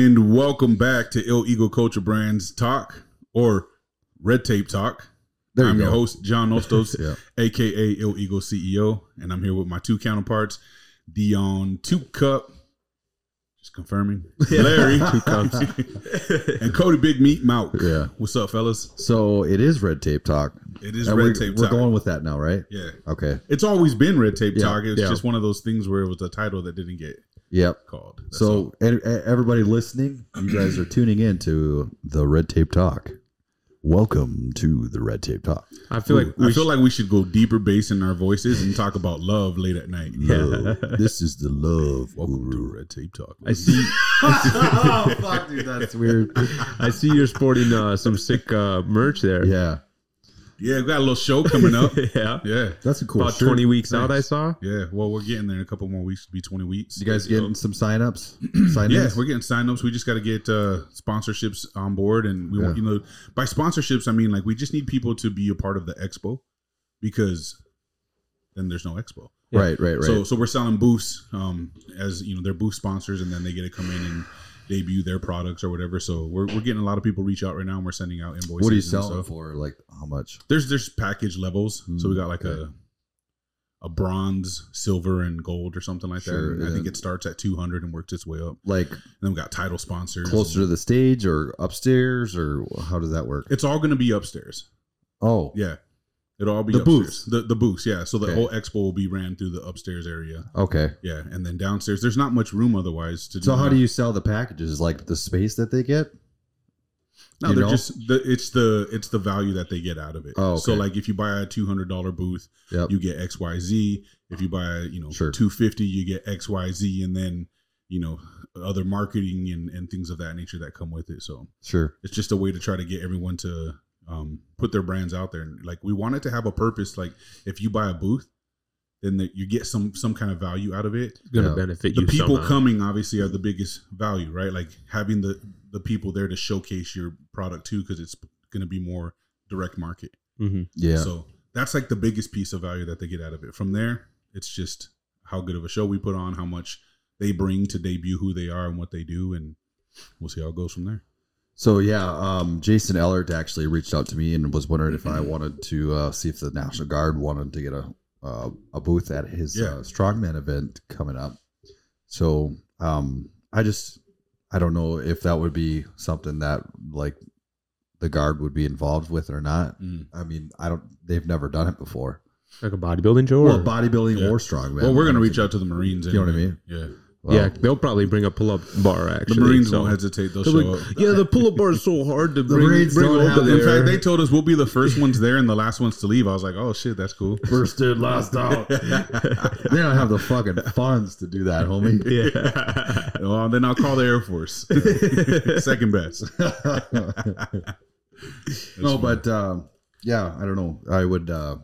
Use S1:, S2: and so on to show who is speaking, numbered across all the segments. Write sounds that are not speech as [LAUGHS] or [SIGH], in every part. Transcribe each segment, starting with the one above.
S1: Welcome back to Ill Eagle Culture Brands Talk or Red Tape Talk.
S2: There
S1: I'm
S2: you
S1: your [LAUGHS]
S2: go.
S1: host, John Ostos,
S2: [LAUGHS] Yeah.
S1: aka Ill Eagle CEO, and I'm here with my two counterparts, Dion Two Cup, just confirming,
S2: [LAUGHS]
S1: Larry,
S2: Two Cups.
S1: [LAUGHS] and Cody Big Meat Malk.
S2: Yeah.
S1: What's up, fellas?
S2: So it is red tape talk.
S1: It is
S2: And
S1: Red
S2: we're,
S1: Tape
S2: we're
S1: Talk.
S2: going with that now, right?
S1: yeah.
S2: Okay.
S1: It's always been Red Tape
S2: Yeah,
S1: Talk. It's
S2: yeah.
S1: just one of those things where it was the title that didn't get
S2: Yep.
S1: called. That's all.
S2: So e- e- everybody listening, you guys are tuning in to the red tape talk. Welcome to the red
S1: [LAUGHS]
S2: tape talk.
S3: I feel like
S1: I
S3: we
S1: feel
S3: should,
S1: like we should go deeper bass in our voices and talk about love late at night.
S2: Love. this is the love.
S1: Welcome
S2: guru.
S1: [LAUGHS] to Red Tape Talk.
S3: I see
S2: oh fuck, dude, that's weird.
S3: I see you're sporting uh, some sick uh, merch there.
S2: [LAUGHS] Yeah,
S1: Yeah, we got a little show coming up.
S3: [LAUGHS]
S1: [LAUGHS]
S3: yeah.
S1: yeah.
S2: that's a cool.
S3: About
S2: shirt.
S3: 20 weeks out, I
S1: Nice.
S3: saw.
S1: Yeah. Well, we're getting there in a couple more weeks. It'll be 20 weeks.
S2: You guys
S1: So-
S2: getting
S1: [CLEARS THROAT]
S2: some signups? Sign
S1: Yeah, we're getting signups. We just got to get uh, sponsorships on board, and we want
S2: Yeah.
S1: you know by sponsorships I mean like we just need people to be a part of the expo because then there's no expo.
S3: Yeah.
S2: Right, right, right.
S1: So so we're selling booths um, as you know they're booth sponsors, and then they get to come in and debut their products or whatever. So we're, we're getting a lot of people reach out right now, and we're sending out invoices.
S2: what are you
S1: and
S2: selling
S1: stuff.
S2: for? Like how much?
S1: There's there's package levels. So we got like
S2: okay.
S1: a a bronze, silver, and gold or something like
S2: Sure,
S1: that. And I think
S2: yeah.
S1: it starts at 200 and works its way up.
S2: Like
S1: And then we got title sponsors.
S2: closer to the stage or upstairs or how does that work?
S1: It's all going to be upstairs.
S2: Oh,
S1: Yeah. It'll all be
S2: The
S1: upstairs.
S2: booths.
S1: The, the booths, yeah. So the
S2: Okay.
S1: whole expo will be ran through the upstairs area.
S2: okay.
S1: Yeah. And then downstairs, there's not much room otherwise to do
S2: So how
S1: that.
S2: do you sell the packages? Like the space that they get?
S1: No,
S2: you
S1: they're
S2: know?
S1: just the it's the it's the value that they get out of it.
S2: Oh,
S1: so
S2: okay.
S1: like if you buy a two hundred dollar booth,
S2: Yep.
S1: you get X Y Z. If you buy you know
S2: Sure.
S1: two fifty, you get X Y Z, and then you know other marketing and and things of that nature that come with it. So
S2: sure.
S1: it's just a way to try to get everyone to um, put their brands out there. And like we want it to have a purpose. Like if you buy a booth, then that you get some some kind of value out of it.
S3: It's going to
S2: Yeah.
S3: benefit
S1: The
S3: you.
S1: people
S3: somehow.
S1: coming obviously are the biggest value, right? Like having the the people there to showcase your product too, because it's going to be more direct market.
S3: Mhm.
S2: Yeah.
S1: So that's like the biggest piece of value that they get out of it. From there, it's just how good of a show we put on, how much they bring to debut who they are and what they do, and we'll see how it goes from there.
S2: So yeah, um, Jason Ellert actually reached out to me and was wondering if I wanted to uh, see if the National Guard wanted to get a uh, a booth at his
S1: Yeah.
S2: uh, strongman event coming up. So um, I just I don't know if that would be something that like the guard would be involved with or not.
S1: Mm.
S2: I mean, I don't. They've never done it before.
S3: Like a bodybuilding show?
S2: well,
S3: or-
S2: bodybuilding
S1: Yeah.
S2: or strongman.
S1: Well, we're gonna reach out to the Marines.
S2: You know what I
S1: anyway.
S2: mean?
S1: Yeah,
S2: Well,
S3: yeah, they'll probably bring a pull up bar,
S1: the
S3: actually.
S1: Marines
S3: so-
S1: won't hesitate. They'll
S3: They'll
S1: show
S3: be like,
S1: up.
S3: yeah, the pull up bar is so hard to bring,
S2: Marines
S3: bring
S2: don't
S3: over
S2: have-
S3: there.
S1: In fact, they told us we'll be the first ones there and the last ones to leave. I was like, oh shit, that's
S3: [LAUGHS]
S1: cool.
S2: First in, last out. they
S1: [LAUGHS]
S2: don't have the fucking funds to do that, homie.
S3: [LAUGHS] yeah.
S1: Well, Oh, then I'll call the Air
S3: [LAUGHS]
S1: Force. Second best.
S2: [LAUGHS] no, but um, yeah, I don't know. I would, uh,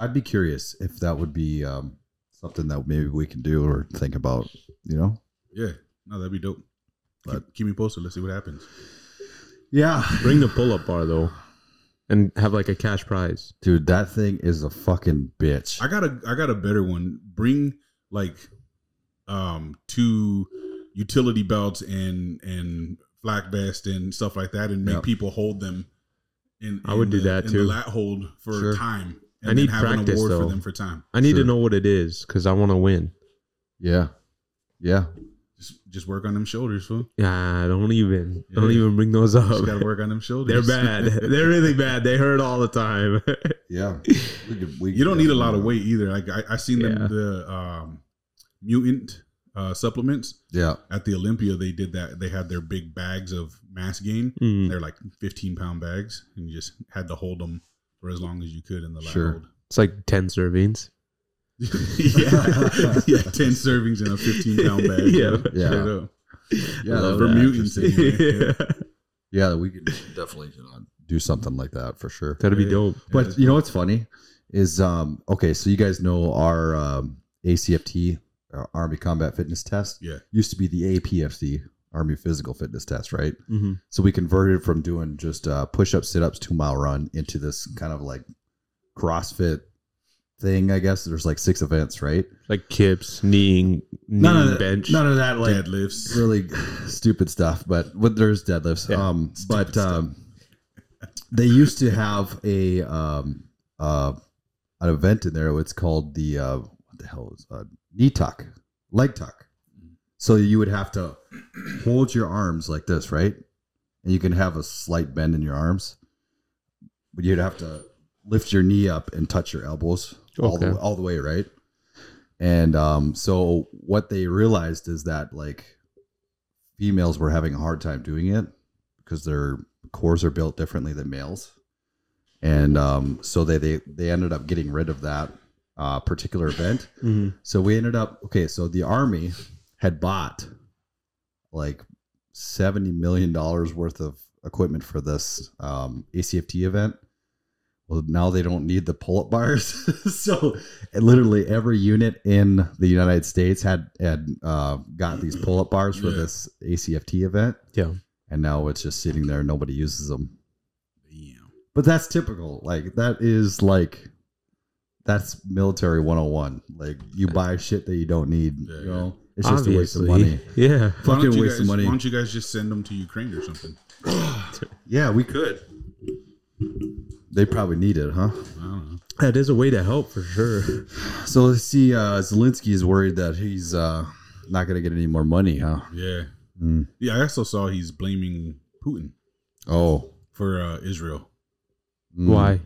S2: I'd be curious if that would be um, something that maybe we can do or think about. You know?
S1: yeah, no, that'd be dope. Keep,
S2: But-
S1: keep me posted. Let's see what happens.
S2: Yeah,
S3: bring the pull up bar, though, and have like a cash prize.
S2: dude, that thing is a fucking bitch.
S1: I got a I got a better one. Bring like um two utility belts and and flak vest and stuff like that, and make
S2: Yep.
S1: people hold them. In,
S3: I
S1: in
S3: would do
S1: the-
S3: that,
S1: in
S3: too.
S1: The lat hold for
S2: Sure.
S1: time.
S3: I
S1: And
S3: need
S1: then have
S3: practice,
S1: an award
S3: though.
S1: for them for time.
S3: I need
S2: Sure.
S3: to know what it is because I want to win.
S2: yeah, yeah.
S1: Just just work on them shoulders, fool.
S3: Yeah, don't even.
S1: Yeah.
S3: Don't even bring those
S1: Just
S3: [LAUGHS] up.
S1: gotta work on them
S3: They're
S1: shoulders.
S3: bad. They're really bad. They hurt all the time. [LAUGHS]
S1: [LAUGHS]
S2: Yeah, we could, we
S1: you don't need a lot of
S2: uh,
S1: weight either. Like I, I seen
S3: Yeah.
S1: them the um, mutant uh, supplements
S2: Yeah,
S1: at the Olympia. They did that. They had their big bags of mass gain.
S2: Hmm.
S3: Mm.
S1: They're like fifteen pound bags, and you just had to hold them for as long as you could in the lap
S2: Sure.
S1: hold. [LAUGHS]
S3: It's like 10 servings.
S1: yeah, yeah, ten servings in a fifteen pound bag.
S3: Yeah.
S2: [LAUGHS] Yeah.
S1: Straight up.
S2: yeah,
S1: love
S2: that-
S1: that. mutants [LAUGHS] anyway.
S2: yeah. We could definitely you know, do something like that for sure.
S3: That'd be
S1: Yeah.
S3: dope.
S2: But you know what's funny is um okay, so you guys know our um, ACFT uh, Army Combat Fitness Test
S1: Yeah.
S2: used to be the APFC Army Physical Fitness Test, right?
S3: Mhm.
S2: So we converted from doing just uh, push up, sit ups, two mile run into this kind of like CrossFit thing, I guess. There's like six events, right?
S3: like kips, kneeing,
S1: None of
S3: kneeing
S1: that-
S3: bench.
S1: None of that like deadlifts.
S2: Really stupid stuff, but what there's deadlifts.
S3: Yeah,
S2: um,
S1: stupid
S2: but
S1: stuff.
S2: um, they used to have a um uh an event in there. It's called the uh what the hell is uh, knee tuck, leg tuck. So you would have to hold your arms like this, right? And you can have a slight bend in your arms, but you'd have to lift your knee up and touch your elbows all the
S3: Okay.
S2: all the way, right? And um, so what they realized is that like females were having a hard time doing it because their cores are built differently than males, and um, so they they they ended up getting rid of that uh, particular event.
S3: Mhm.
S2: So we ended up okay. So the army had bought like seventy million dollars worth of equipment for this um, ACFT event. Well, now they don't need the pull-up bars, [LAUGHS] so literally every unit in the United States had had uh, got these pull-up bars for
S1: Yeah.
S2: this ACFT event.
S3: Yeah.
S2: and now it's just sitting there. Nobody uses them.
S1: Damn.
S2: But that's typical. Like that is like that's military 101. Like you buy shit that you don't need,
S1: Yeah,
S2: you
S1: yeah.
S2: know. It's just a waste of
S3: Obviously.
S2: money.
S3: [LAUGHS]
S1: [LAUGHS] Why
S3: Yeah.
S1: don't,
S2: Fucking
S1: you
S2: waste
S1: guys,
S2: of
S1: why
S2: money.
S1: don't you guys just send them to Ukraine or something?
S2: Yeah, we could.
S1: Good.
S2: They probably need it, huh?
S1: I don't know.
S3: That is a way to help for sure.
S2: So let's see. Uh, Zelensky is worried that he's uh, not going to get any more money, huh?
S1: Yeah.
S2: Mm.
S1: Yeah, I also saw he's blaming Putin
S2: Oh,
S1: for uh, Israel
S2: Mm.
S3: [LAUGHS] Why?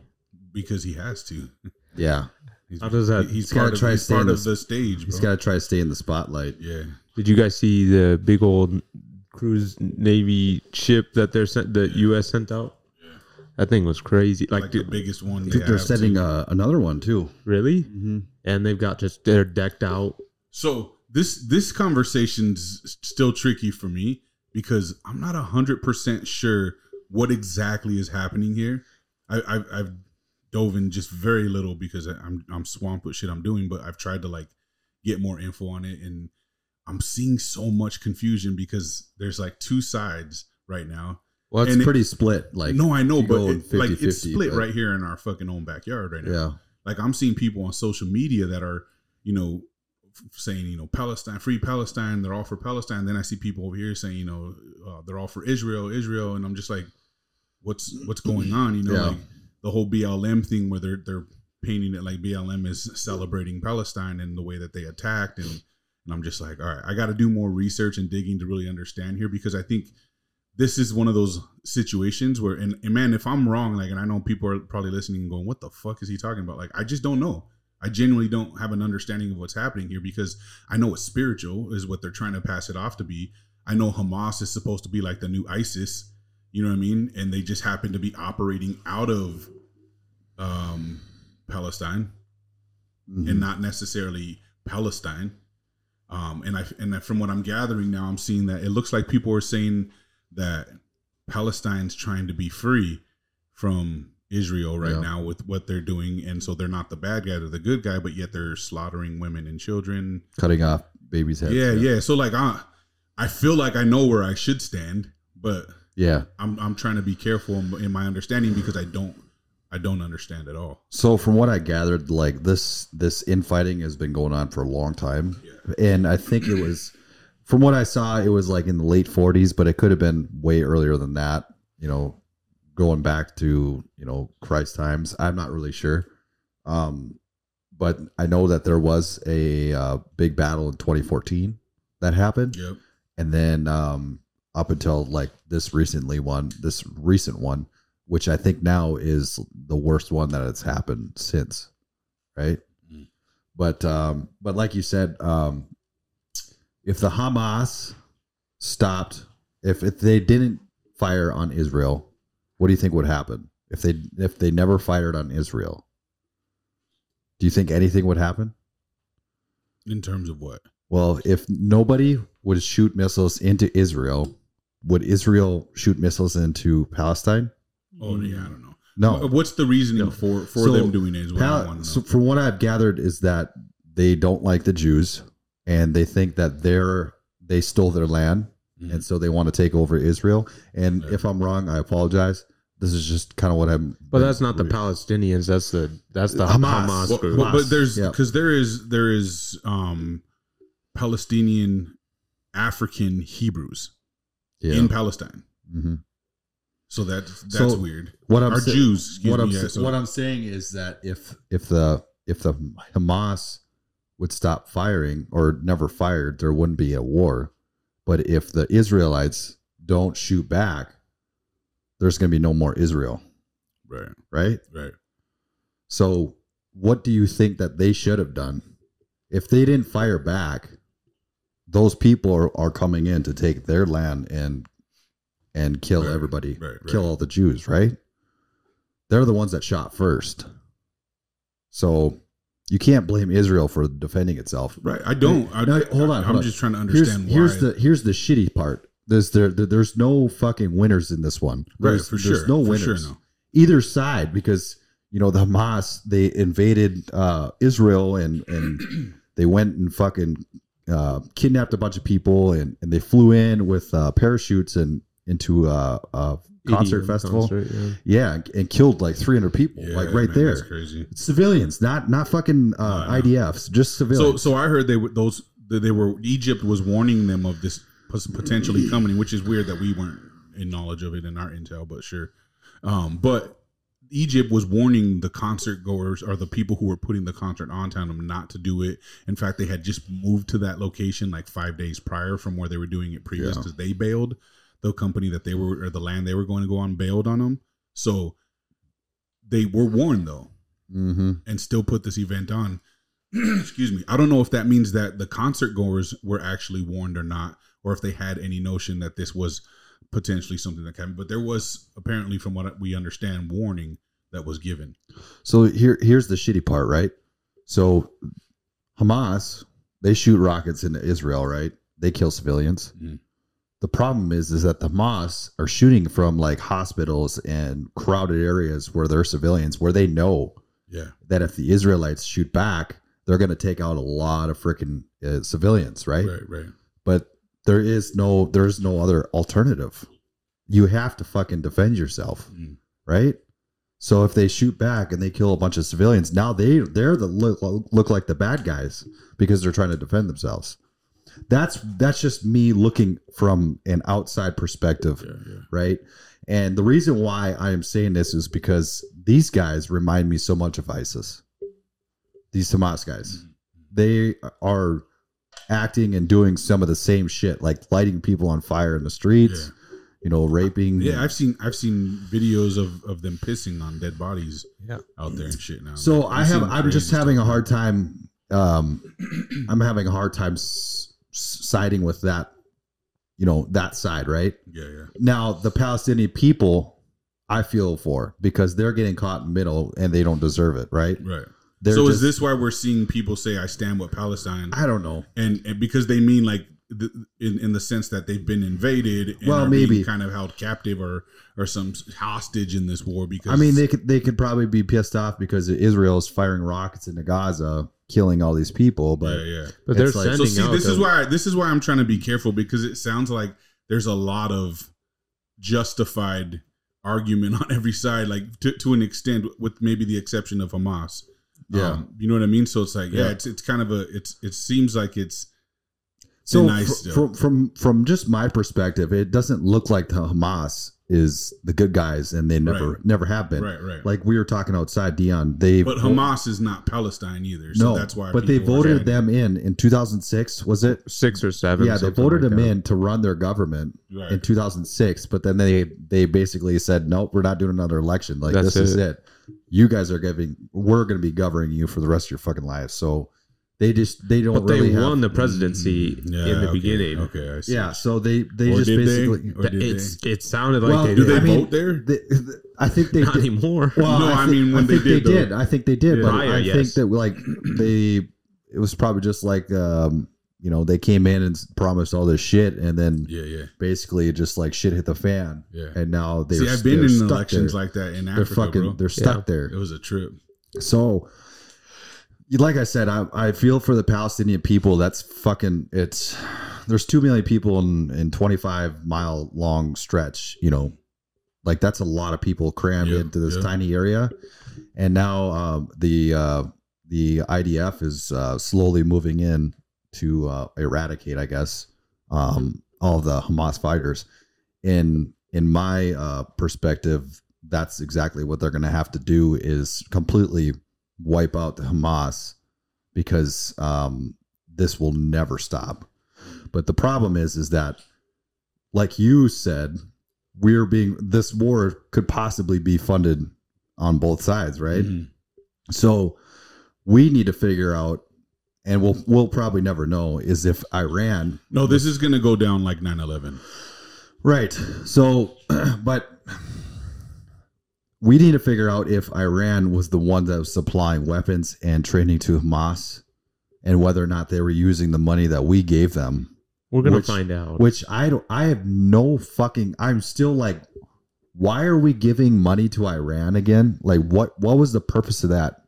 S1: because he has to. [LAUGHS]
S2: Yeah,
S1: He's,
S3: How does that-
S1: He's
S2: gotta
S1: part, of,
S2: try
S1: he's
S2: staying
S1: part
S2: in
S1: of the stage,
S2: he's
S1: bro.
S2: got to try to stay in the spotlight.
S1: yeah.
S3: Did you guys see the big old cruise navy ship that they're sent? The U.S. sent out. That thing was crazy. Like,
S1: Like the
S3: dude,
S1: biggest one.
S2: I
S1: They
S2: think they're
S1: have, too.
S2: setting uh, another one too.
S3: really?
S2: Mm-hmm.
S3: And they've got just they're decked out.
S1: So this this conversation's s- still tricky for me because I'm not hundred percent sure what exactly is happening here. I, I've, I've dove in just very little because I- I'm I'm swamped with shit I'm doing, but I've tried to like get more info on it, and I'm seeing so much confusion because there's like two sides right now.
S2: Well, it's
S1: And it-
S2: pretty split. Like,
S1: no, I know,
S2: you
S1: but
S2: go
S1: it,
S2: 50-50,
S1: like it's split
S2: but-
S1: right here in our fucking own backyard right now.
S2: yeah,
S1: Like I'm seeing people on social media that are, you know, f- saying you know Palestine, free Palestine, they're all for Palestine. Then I see people over here saying you know uh, they're all for Israel, Israel, and I'm just like, what's what's going on? You know,
S2: Yeah.
S1: like the whole BLM thing where they're they're painting it like BLM is celebrating Palestine and the way that they attacked and and I'm just like, all right, I got to do more research and digging to really understand here because I think this is one of those situations where, and, and man, if I'm wrong, like, and I know people are probably listening and going, what the fuck is he talking about? Like, I just don't know. I genuinely don't have an understanding of what's happening here because I know it's spiritual, is what they're trying to pass it off to be. I know Hamas is supposed to be like the new ISIS, you know what I mean? And they just happen to be operating out of um, Palestine
S2: Mhm.
S1: and not necessarily Palestine. Um, and I and I- from what I'm gathering now, I'm seeing that it looks like people are saying that Palestine's trying to be free from Israel right
S2: Yeah.
S1: now with what they're doing, and so they're not the bad guy; they're the good guy. But yet they're slaughtering women and children.
S2: cutting off babies' heads.
S1: yeah, yeah. So like I, I feel like I know where I should stand, but
S2: yeah.
S1: I'm I'm trying to be careful in, in my understanding because I don't I don't understand at all.
S2: So from what I gathered, like this this infighting has been going on for a long time, and I think it was, from what I saw, it was like in the late 40s, but it could have been way earlier than that. You know, going back to you know Christ times. I'm not really sure, um, but I know that there was a uh, big battle in 2014 that happened,
S1: Yep.
S2: and then um, up until like this recently one, this recent one, which I think now is the worst one that has happened since, right?
S1: Mm.
S2: But um, but like you said, um, if the Hamas stopped, if if they didn't fire on Israel, what do you think would happen if they if they never fired on Israel? Do you think anything would happen?
S1: In terms of what?
S2: Well, if nobody would shoot missiles into Israel, would Israel shoot missiles into Palestine?
S1: Oh yeah, I don't know. Wh-
S2: No.
S1: What's the reasoning
S2: No.
S1: for for
S2: So,
S1: them doing it? Is what I
S2: Pal-
S1: want to
S2: so
S1: know.
S2: from what I've gathered is that they don't like the Jews and they think that they're they stole their land
S1: Mhm.
S2: and so they want to take over Israel. And
S1: Yeah.
S2: if I'm wrong, I apologize. this is just kind of what I'm.
S3: But that's not the Palestinians. That's the that's the
S2: Hamas.
S3: Hamas,
S1: Well,
S3: group.
S1: but, but there's
S2: yeah.
S1: because there is there is um Palestinian African Hebrews
S2: Yeah.
S1: in Palestine.
S2: Mhm.
S1: So that that's
S2: So,
S1: weird.
S2: What I'm
S1: Or
S2: sa-
S1: Jews. excuse
S2: what I'm
S1: me, yeah,
S2: sa-
S1: so-
S2: what I'm saying is that if if the if the Hamas would stop firing or never fired, there wouldn't be a war. But if the Israelites don't shoot back, there's going to be no more Israel,
S1: right,
S2: right?
S1: right.
S2: So, what do you think that they should have done? If they didn't fire back, those people are, are coming in to take their land and and kill
S1: Right,
S2: everybody,
S1: right, right.
S2: kill all the Jews, right? They're the ones that shot first. So, you can't blame Israel for defending itself.
S1: Right. I don't. I,
S2: No, hold on,
S1: I'm
S2: hold on.
S1: just trying to
S2: Here's,
S1: understand why.
S2: here's the here's the shitty part. There's there, there- there's no fucking winners in this one.
S1: right
S2: There's,
S1: for
S2: there's
S1: sure.
S2: no
S1: for
S2: winners
S1: Sure, no.
S2: either side because you know the Hamas they invaded uh, Israel and and [CLEARS THROAT] they went and fucking uh, kidnapped a bunch of people and, and they flew in with uh, parachutes and into a, a concert
S3: EDM
S2: festival
S3: concert, yeah.
S2: yeah and, and killed like 300 people like
S1: Yeah,
S2: right
S1: man,
S2: there
S1: That's crazy.
S2: civilians not not fucking
S1: No,
S2: uh,
S1: I know.
S2: IDFs just
S1: So
S2: civilians
S1: so I heard they were those that they were Egypt was warning them of this pos-
S2: [CLEARS THROAT]
S1: potentially coming, which is weird that we weren't in knowledge of it in our intel, but sure. Um, but Egypt was warning the concert goers or the people who were putting the concert on to them not to do it. In fact, they had just moved to that location like five days prior from where they were doing it previous
S2: Yeah.
S1: because they bailed the company that they were or the land they were going to go on bailed on them. So they were warned though
S2: mm-hmm.
S1: and still put this event on. [CLEARS THROAT] Excuse me. I don't know if that means that the concert goers were actually warned or not, or if they had any notion that this was potentially something that happened. But there was apparently, from what we understand, warning that was given.
S2: So here here's the shitty part, right? So Hamas, they shoot rockets into Israel, right? They kill civilians.
S1: Mhm.
S2: The problem is is that the Hamas are shooting from like hospitals and crowded areas where there are civilians where they know
S1: Yeah.
S2: that if the Israelites shoot back, they're going to take out a lot of freaking uh, civilians, right?
S1: Right. Right.
S2: But there is no there's no other alternative. You have to fucking defend yourself
S1: Mm.
S2: right? So if they shoot back and they kill a bunch of civilians, now they they're the look, look like the bad guys because they're trying to defend themselves. That's that's just me looking from an outside perspective,
S1: Yeah. Yeah.
S2: right? And the reason why I am saying this is because these guys remind me so much of ISIS. These Hamas guys, they are acting and doing some of the same shit, like lighting people on fire in the streets, you know, raping.
S1: Yeah, I've seen I've seen videos of, of them pissing on dead bodies
S3: Yeah.
S1: out there and shit now.
S2: So
S1: Like,
S2: I
S1: I've
S2: have.
S1: seen
S2: I'm
S1: crazy
S2: just having a
S1: stuff.
S2: hard time. Um, [CLEARS THROAT] I'm having a hard time s- s- siding with that. You know that side, right?
S1: Yeah, yeah.
S2: Now the Palestinian people, I feel for because they're getting caught in the middle and they don't deserve it, right?
S1: Right.
S2: They're
S1: so is
S2: just-
S1: this why we're seeing people say I stand with Palestine
S2: I don't know.
S1: and, and because they mean like the, in in the sense that they've been invaded and
S2: Well,
S1: are
S2: maybe.
S1: being kind of held captive or or some hostage in this war because
S2: I mean, they could they could probably be pissed off because Israel is firing rockets into Gaza, killing all these people. But
S1: yeah yeah
S3: But they're
S2: It's like- So
S1: so
S3: sending
S1: see
S3: out.
S1: this is
S3: the-
S1: why this is why I'm trying to be careful because it sounds like there's a lot of justified argument [LAUGHS] on every side like to, to an extent with maybe the exception of Hamas
S2: Yeah.
S1: Um, you know what I mean so it's like yeah,
S2: Yeah.
S1: it's it's kind of a it's it seems like it's
S2: so
S1: They're nice,
S2: fr-
S1: though.
S2: from from from just my perspective, it doesn't look like the Hamas is the good guys, and they never
S1: Right.
S2: never have been.
S1: right right
S2: like we were talking outside dion they
S1: but Hamas is not Palestine either so
S2: no
S1: that's why
S2: but they
S1: people are
S2: voted
S1: saying-
S2: them in in 2006 was it
S3: six or seven.
S2: yeah they
S3: something
S2: voted
S3: like
S2: them
S3: that.
S2: in to run their government
S1: right.
S2: in 2006 but then they they basically said nope we're not doing another election like
S3: That's
S2: this is
S3: it.
S2: it you guys are giving we're going to be governing you for the rest of your fucking lives so they just they don't
S3: But
S2: really
S3: they
S2: have-
S3: won the presidency
S1: Mm. Yeah,
S3: in the
S1: okay,
S3: beginning.
S1: Okay, I see.
S2: yeah so they they
S1: Or
S2: just
S1: did they?
S2: basically
S1: Or did
S3: It's, it sounded like
S2: Well,
S3: they
S1: Do
S3: did.
S1: they
S2: I mean,
S1: vote there?
S2: they, i think they
S3: [LAUGHS] not
S2: did,
S3: anymore.
S2: Well,
S1: No,
S2: I,
S1: I
S2: think-
S1: mean, when
S2: I
S1: they
S2: think
S1: did,
S2: they
S1: though.
S2: did. I think they did,
S1: Yeah.
S2: but
S3: Prior,
S2: I
S3: yes.
S2: think that like they, it was probably just like um, you know they came in and s- promised all this shit, and then
S1: yeah, yeah,
S2: basically just like shit hit the fan,
S1: yeah.
S2: and now they.
S1: See, I've been in
S2: stuck
S1: elections
S2: there.
S1: like that in
S2: they're
S1: Africa,
S2: fucking
S1: bro.
S2: they're stuck there.
S1: It was a trip.
S2: So, like I said, I, I feel for the Palestinian people. That's fucking. It's there's two million people in in 25 mile long stretch. You know, Like that's a lot of people crammed
S1: Yeah,
S2: into this
S1: yeah.
S2: tiny area, and now um, the uh, the IDF is uh, slowly moving in to uh, eradicate, I guess, um, all the Hamas fighters. In in my uh, perspective, that's exactly what they're going to have to do is completely wipe out the Hamas because um, this will never stop. But the problem is, is that, like you said, we're being this war could possibly be funded on both sides, right?
S1: Mhm.
S2: So we need to figure out, and we'll we'll probably never know, is if Iran
S1: No, this is gonna go down like 9-11.
S2: Right. So, [CLEARS THROAT] but we need to figure out if Iran was the one that was supplying weapons and training to Hamas and whether or not they were using the money that we gave them,
S3: We're gonna
S2: Which-
S3: find out.
S2: which I don't, I have no fucking, I'm still like, why are we giving money to Iran again? Like, what, what was the purpose of that?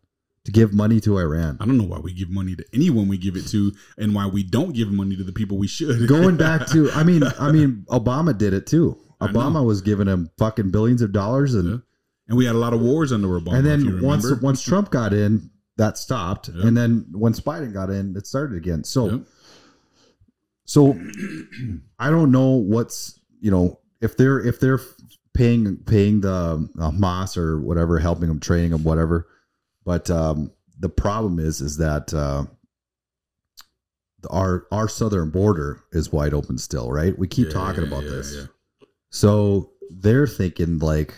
S2: To give money to Iran?
S1: [LAUGHS] I don't know why we give money to anyone we give it to, and why we don't give money to the people we should.
S2: Going back to, I mean, I
S1: [LAUGHS]
S2: mean, Obama did it too.
S1: I know.
S2: Obama was giving him fucking billions of dollars and
S1: Yeah. [LAUGHS] and we had a lot of wars under Obama.
S2: and
S1: if you
S2: then once
S1: remember.
S2: once Trump got in, that stopped.
S1: Yeah.
S2: And then once Biden got in, it started again. So
S1: Yeah.
S2: so [CLEARS THROAT] I don't know what's you know if they're if they're paying paying the uh, Hamas or whatever, helping them, training them, whatever. But um, the problem is is that uh, the- our our southern border is wide open still, right? We keep
S1: Yeah,
S2: talking
S1: yeah,
S2: about
S1: yeah,
S2: this.
S1: yeah.
S2: So they're thinking like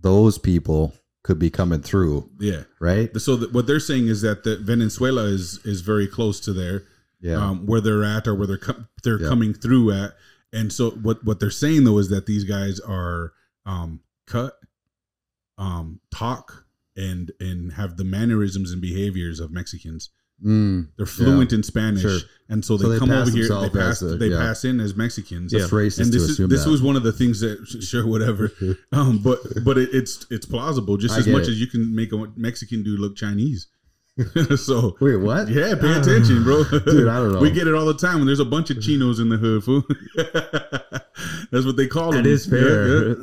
S2: those people could be coming through,
S1: Yeah.
S2: right?
S1: So th- what they're saying is that the Venezuela is is very close to there,
S2: Yeah.
S1: um, where they're at or where they're com- they're
S2: Yeah.
S1: coming through at. And so what what they're saying though is that these guys are um, cut, um, talk, and and have the mannerisms and behaviors of Mexicans.
S2: Mm,
S1: They're fluent in Spanish,
S2: Sure.
S1: and so they,
S2: So they
S1: come
S2: pass
S1: over here. They
S2: themselves
S1: pass
S2: as the-
S1: they
S2: yeah.
S1: pass in as Mexicans.
S2: that's racist
S1: And this
S2: to
S1: is
S2: assume
S1: this
S2: that.
S1: was one of the things that [LAUGHS] sure whatever, um, but but it, it's it's plausible just
S2: I
S1: as
S2: get
S1: much
S2: it.
S1: as you can make a Mexican dude look
S2: [LAUGHS]
S1: Chinese. [LAUGHS] so
S2: Wait, what?
S1: yeah, pay attention, bro.
S2: Ah. [LAUGHS] Dude, I don't know.
S1: We get it all the time when there's a bunch
S2: [LAUGHS]
S1: of chinos in the hood, fool. [LAUGHS] That's what they call
S3: [LAUGHS] That
S1: them.
S3: is fair.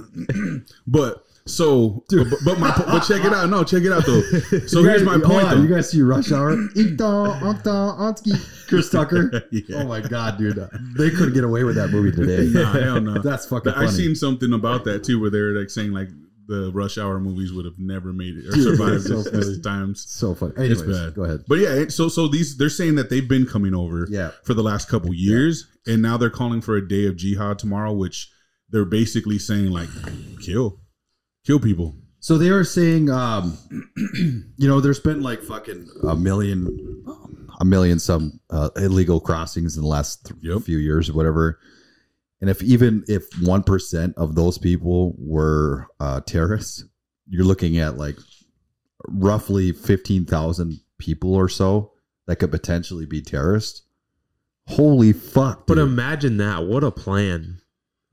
S1: But so, but, but my po- but check it out. No, check it out though. So
S2: [LAUGHS] You
S1: here's
S2: guys-
S1: my
S2: hold
S1: point.
S2: on,
S1: Though.
S2: You guys see Rush
S1: [LAUGHS]
S2: Hour? Ikta, Okta, Onski, Chris Tucker.
S1: [LAUGHS] Yeah.
S2: Oh my god, dude! They couldn't get away with that movie today.
S1: Nah, hell no.
S2: [LAUGHS] That's fucking
S1: But I
S2: funny.
S1: seen something about that too, where they were like saying like the Rush Hour movies would have never made it or
S2: Dude,
S1: survived
S2: that's so
S1: this, this
S2: funny.
S1: times.
S2: so funny. Anyways,
S1: bad.
S2: go ahead.
S1: But yeah, it- so so these they're saying that they've been coming over
S2: Yeah,
S1: for the last couple years, and now they're calling for a day of jihad tomorrow, which they're basically saying like kill, kill people.
S2: So they were saying, um, [CLEARS THROAT] you know, there's been like fucking a million, a million some uh, illegal crossings in the last th-
S1: Yep.
S2: few years or whatever. And if even if one percent of those people were uh, terrorists, you're looking at like roughly fifteen thousand people or so that could potentially be terrorists. Holy fuck!
S3: but
S2: dude.
S3: imagine that. What a plan.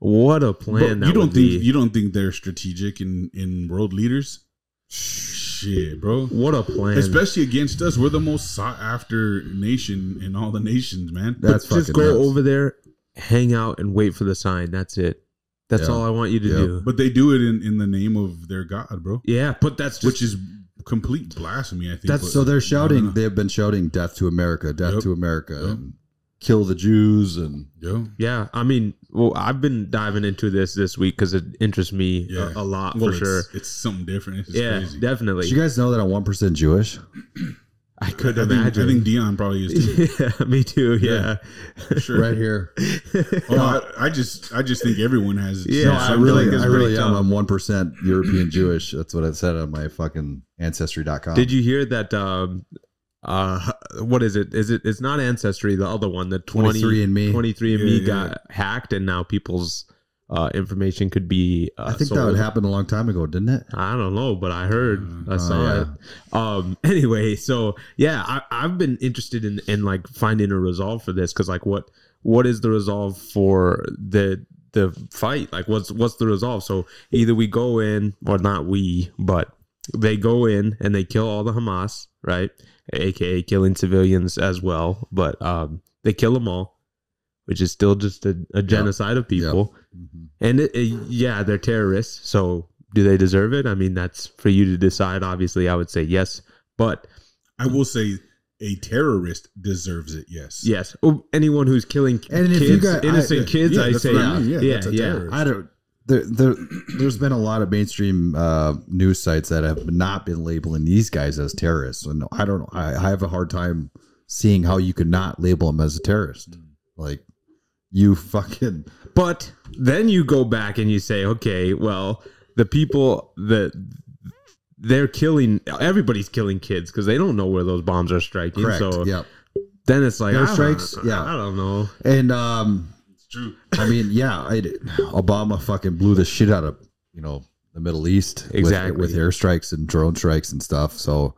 S3: What a
S1: But
S3: plan that
S1: you don't
S3: would
S1: think
S3: be.
S1: you don't think they're strategic in in world leaders? Shit, bro.
S3: what a plan.
S1: Especially against us, we're the most sought after nation in all the nations, man.
S2: that's
S3: But just
S2: fucking
S3: go
S2: nuts.
S3: over there, hang out, and wait for the sign. That's it. That's
S2: Yeah.
S3: all I want you to
S2: Yeah.
S3: do.
S1: But they do it in, in the name of their God, bro.
S3: yeah, but that's just
S1: Which is complete blasphemy, I think.
S3: That's
S1: but-
S2: So they're shouting.
S1: No, no,
S2: They've been shouting, "Death to America! Death
S1: Yep.
S2: to America!
S1: Yep.
S2: and kill the Jews!" And
S1: no.
S3: Yeah, I mean, well, I've been diving into this this week because it interests me a-
S1: Yeah.
S3: a, lot
S1: Well,
S3: for
S1: it's,
S3: sure.
S1: It's something different. It's just
S3: Yeah,
S1: crazy.
S3: definitely.
S2: did you guys know that I'm one percent Jewish?
S3: I could
S1: I think, I
S3: imagine.
S1: think Dion probably is too.
S3: [LAUGHS] yeah, me too. Yeah, [LAUGHS]
S1: for Sure.
S2: Right here.
S1: Oh, I, I just I just think everyone has.
S3: Yeah,
S2: No,
S1: some-
S2: I
S1: something
S2: really,
S1: like
S2: I
S1: that.
S2: really
S3: pretty
S2: am.
S3: tough.
S2: I'm one percent European Jewish. That's what it said on my fucking ancestry.com.
S3: Did you hear that? Um, uh, what is it? Is it? It's not ancestry. The other one, the 20,
S2: 23 and me?
S3: 23 and
S1: Yeah,
S3: me
S1: yeah.
S3: got hacked, and now people's uh, information could be. Uh,
S2: I think that
S3: sold.
S2: would happen a long time ago, didn't it?
S3: I don't know, but I heard, I
S2: Oh,
S3: saw
S2: yeah.
S3: it. Um, [LAUGHS] anyway, so yeah, I, I've been interested in, in like finding a resolve for this because like what what is the resolve for the the fight? Like what's what's the resolve? So either we go in or not we, but they go in and they kill all the Hamas, right? AKA killing civilians as well, but um, they kill them all. which is still just a, a genocide of people.
S2: Mhm.
S3: And it, it- yeah, they're terrorists. So do they deserve it? I mean, that's for you to decide. Obviously, I would say yes, but
S1: I will say a terrorist deserves it. Yes.
S3: yes, oh, anyone who's killing
S2: And if
S3: kids,
S2: you got- I-
S3: innocent kids,
S1: Yeah,
S3: I
S1: that's
S3: say
S1: what I mean.
S3: yeah,
S1: Yeah,
S3: yeah,
S1: that's a terrorist.
S2: I don't. There, there, there's been a lot of mainstream uh, news sites that have not been labeling these guys as terrorists, and I don't. I, I have a hard time seeing how you could not label them as a terrorist.
S3: Mm.
S2: Like you fucking
S3: But then you go back and you say, okay, well, the people that they're killing, everybody's killing kids because they don't know where those bombs are striking.
S2: correct.
S3: So
S2: yeah,
S3: then it's like,
S2: Air
S3: I don't-
S2: strikes? Yeah.
S3: I don't know.
S2: and um,
S1: It's true.
S2: I mean, yeah, I, Obama fucking blew the shit out of you know the Middle East with-
S3: Exactly.
S2: with, airstrikes and drone strikes and stuff. So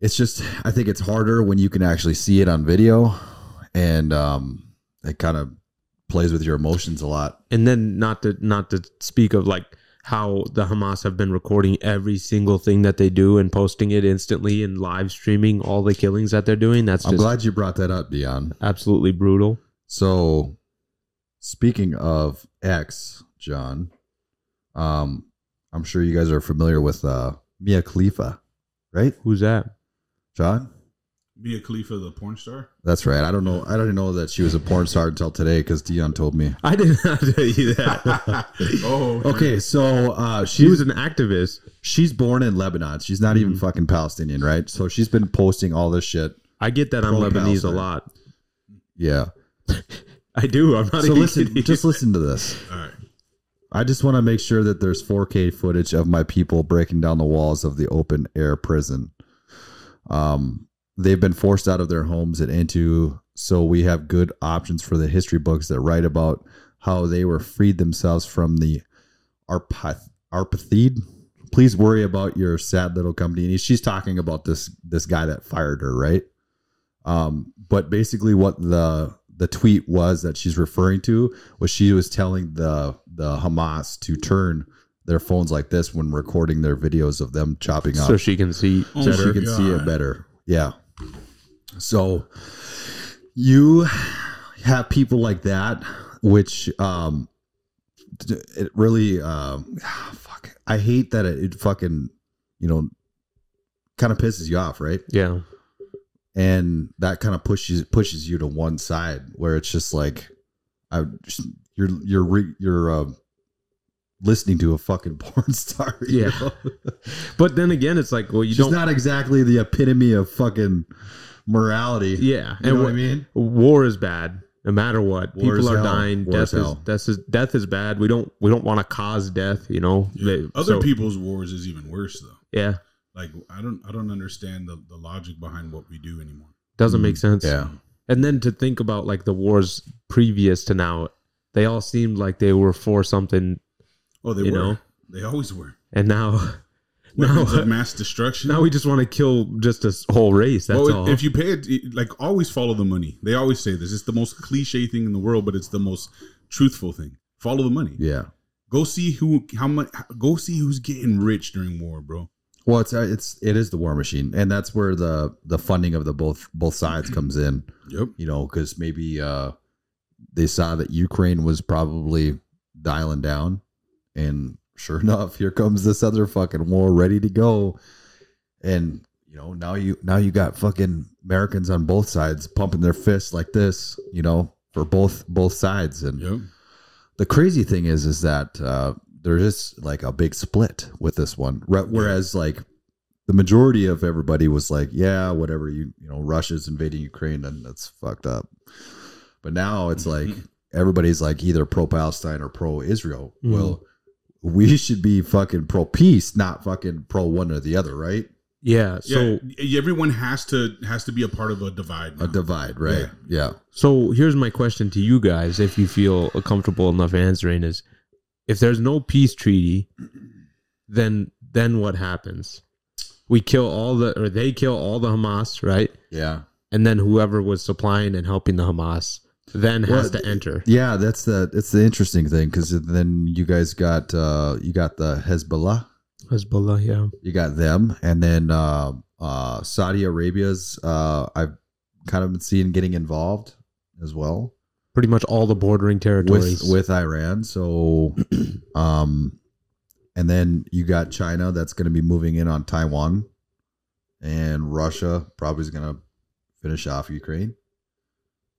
S2: it's just, I think it's harder when you can actually see it on video, and um, it kind of plays with your emotions a lot.
S3: And then not to not to speak of like how the Hamas have been recording every single thing that they do and posting it instantly and live streaming all the killings that they're doing. That's
S2: I'm
S3: just
S2: glad you brought that up, Dion.
S3: absolutely brutal.
S2: So, speaking of X, John, um, I'm sure you guys are familiar with uh, Mia Khalifa, right,
S3: Who's that?
S2: John?
S1: Mia Khalifa, the porn
S3: [LAUGHS]
S1: star.
S2: That's right. I don't know. I didn't know that she was a porn star until today because Dion told me.
S3: I
S2: [LAUGHS]
S3: did not tell you that. [LAUGHS]
S1: Oh.
S2: Okay, so uh,
S3: she was
S2: she's
S3: an activist.
S2: she's born in Lebanon. She's not even fucking Palestinian, right? So she's been posting all this shit.
S3: I get that I'm Lebanese a
S2: Pro-Palestine.
S3: lot.
S2: Yeah.
S3: I do. I'm not
S2: So
S3: even
S2: listen,
S3: kidding.
S2: just listen to this.
S1: All right.
S2: I just want to make sure that there's 4K footage of my people breaking down the walls of the open air prison. Um, they've been forced out of their homes and into, so we have good options for the history books that write about how they were freed themselves from the Arpath- Arpathid. Please worry about your sad little company. And she's talking about this this guy that fired her, right? Um, but basically, what the the tweet was that she's referring to was she was telling the the Hamas to turn their phones like this when recording their videos of them chopping up
S3: [LAUGHS] so she can see.
S1: Oh
S2: so
S1: my
S2: she can see
S1: God.
S2: it better. Yeah. So you have people like that, which um, d- it really um, [SIGHS] fuck. I hate that it, it fucking you know kind of pisses you off, right?
S3: Yeah.
S2: And that kind of pushes pushes you to one side where it's just like I just, you're you're re, you're uh, listening to a fucking [LAUGHS] porn star. you
S3: Yeah.
S2: know?
S3: [LAUGHS] But then again, it's like, well, you
S2: She's
S3: don't.
S2: not exactly the epitome of fucking morality.
S3: yeah.
S2: You
S3: and
S2: know
S3: wa-
S2: what I mean?
S3: war is bad, no matter what.
S2: War is
S3: People are
S2: hell.
S3: dying.
S2: War is
S3: Death is,
S2: hell.
S3: death is death is bad. We don't we don't want to cause death. You know. They-
S1: Other
S3: so-
S1: people's wars is even worse though.
S3: Yeah.
S1: Like I don't I don't understand the, the logic behind what we do anymore.
S3: Doesn't make sense.
S2: Mm, Yeah.
S3: And then to think about like the wars previous to now, they all seemed like they were for something,
S1: Oh, they
S3: You
S1: were.
S3: know?
S1: They always were.
S3: and now
S1: Weapons
S3: [LAUGHS] No.
S1: of mass destruction.
S3: now we just want to kill just a s- whole race. That's
S1: well,
S3: all.
S1: if you pay it, it- like always follow the money. They always say this. It's the most cliche thing in the world, but it's the most truthful thing. Follow the money.
S2: Yeah.
S1: Go see who, how much. Go see who's getting rich during war, bro.
S2: Well, it's uh, it's it is the war machine, and that's where the the funding of the both both sides comes in.
S1: Yep.
S2: You know, because maybe uh, they saw that Ukraine was probably dialing down, and sure [LAUGHS] enough, here comes this other fucking war ready to go, and you know now you now you got fucking Americans on both sides pumping their fists like this, you know, for both both sides, and
S1: Yep.
S2: the crazy thing is is that uh, there is like a big split with this one Re- whereas like the majority of everybody was like yeah whatever you you know russia's invading ukraine and that's fucked up but now it's [LAUGHS] like everybody's like either pro-palestine or pro-israel
S3: Mhm.
S2: well we should be fucking pro-peace not fucking pro one or the other right
S3: yeah. So.
S1: So everyone has to has to be a part of a divide. Now.
S2: a divide right yeah,
S3: So here's my question to you guys, if you feel comfortable enough answering, is if there's no peace treaty, then then what happens? We kill all the or they kill all the Hamas, right?
S2: yeah.
S3: And then whoever was supplying and helping the Hamas then has
S2: Well,
S3: to enter.
S2: Yeah, that's the it's the interesting thing because then you guys got uh you got the Hezbollah,
S3: Hezbollah, yeah.
S2: you got them, and then um, uh, uh, Saudi Arabia's uh, I've kind of been seeing getting involved as well
S3: Pretty much all the bordering territories.
S2: with with Iran. So, um, and then you got China that's going to be moving in on Taiwan, and Russia probably is going to finish off Ukraine.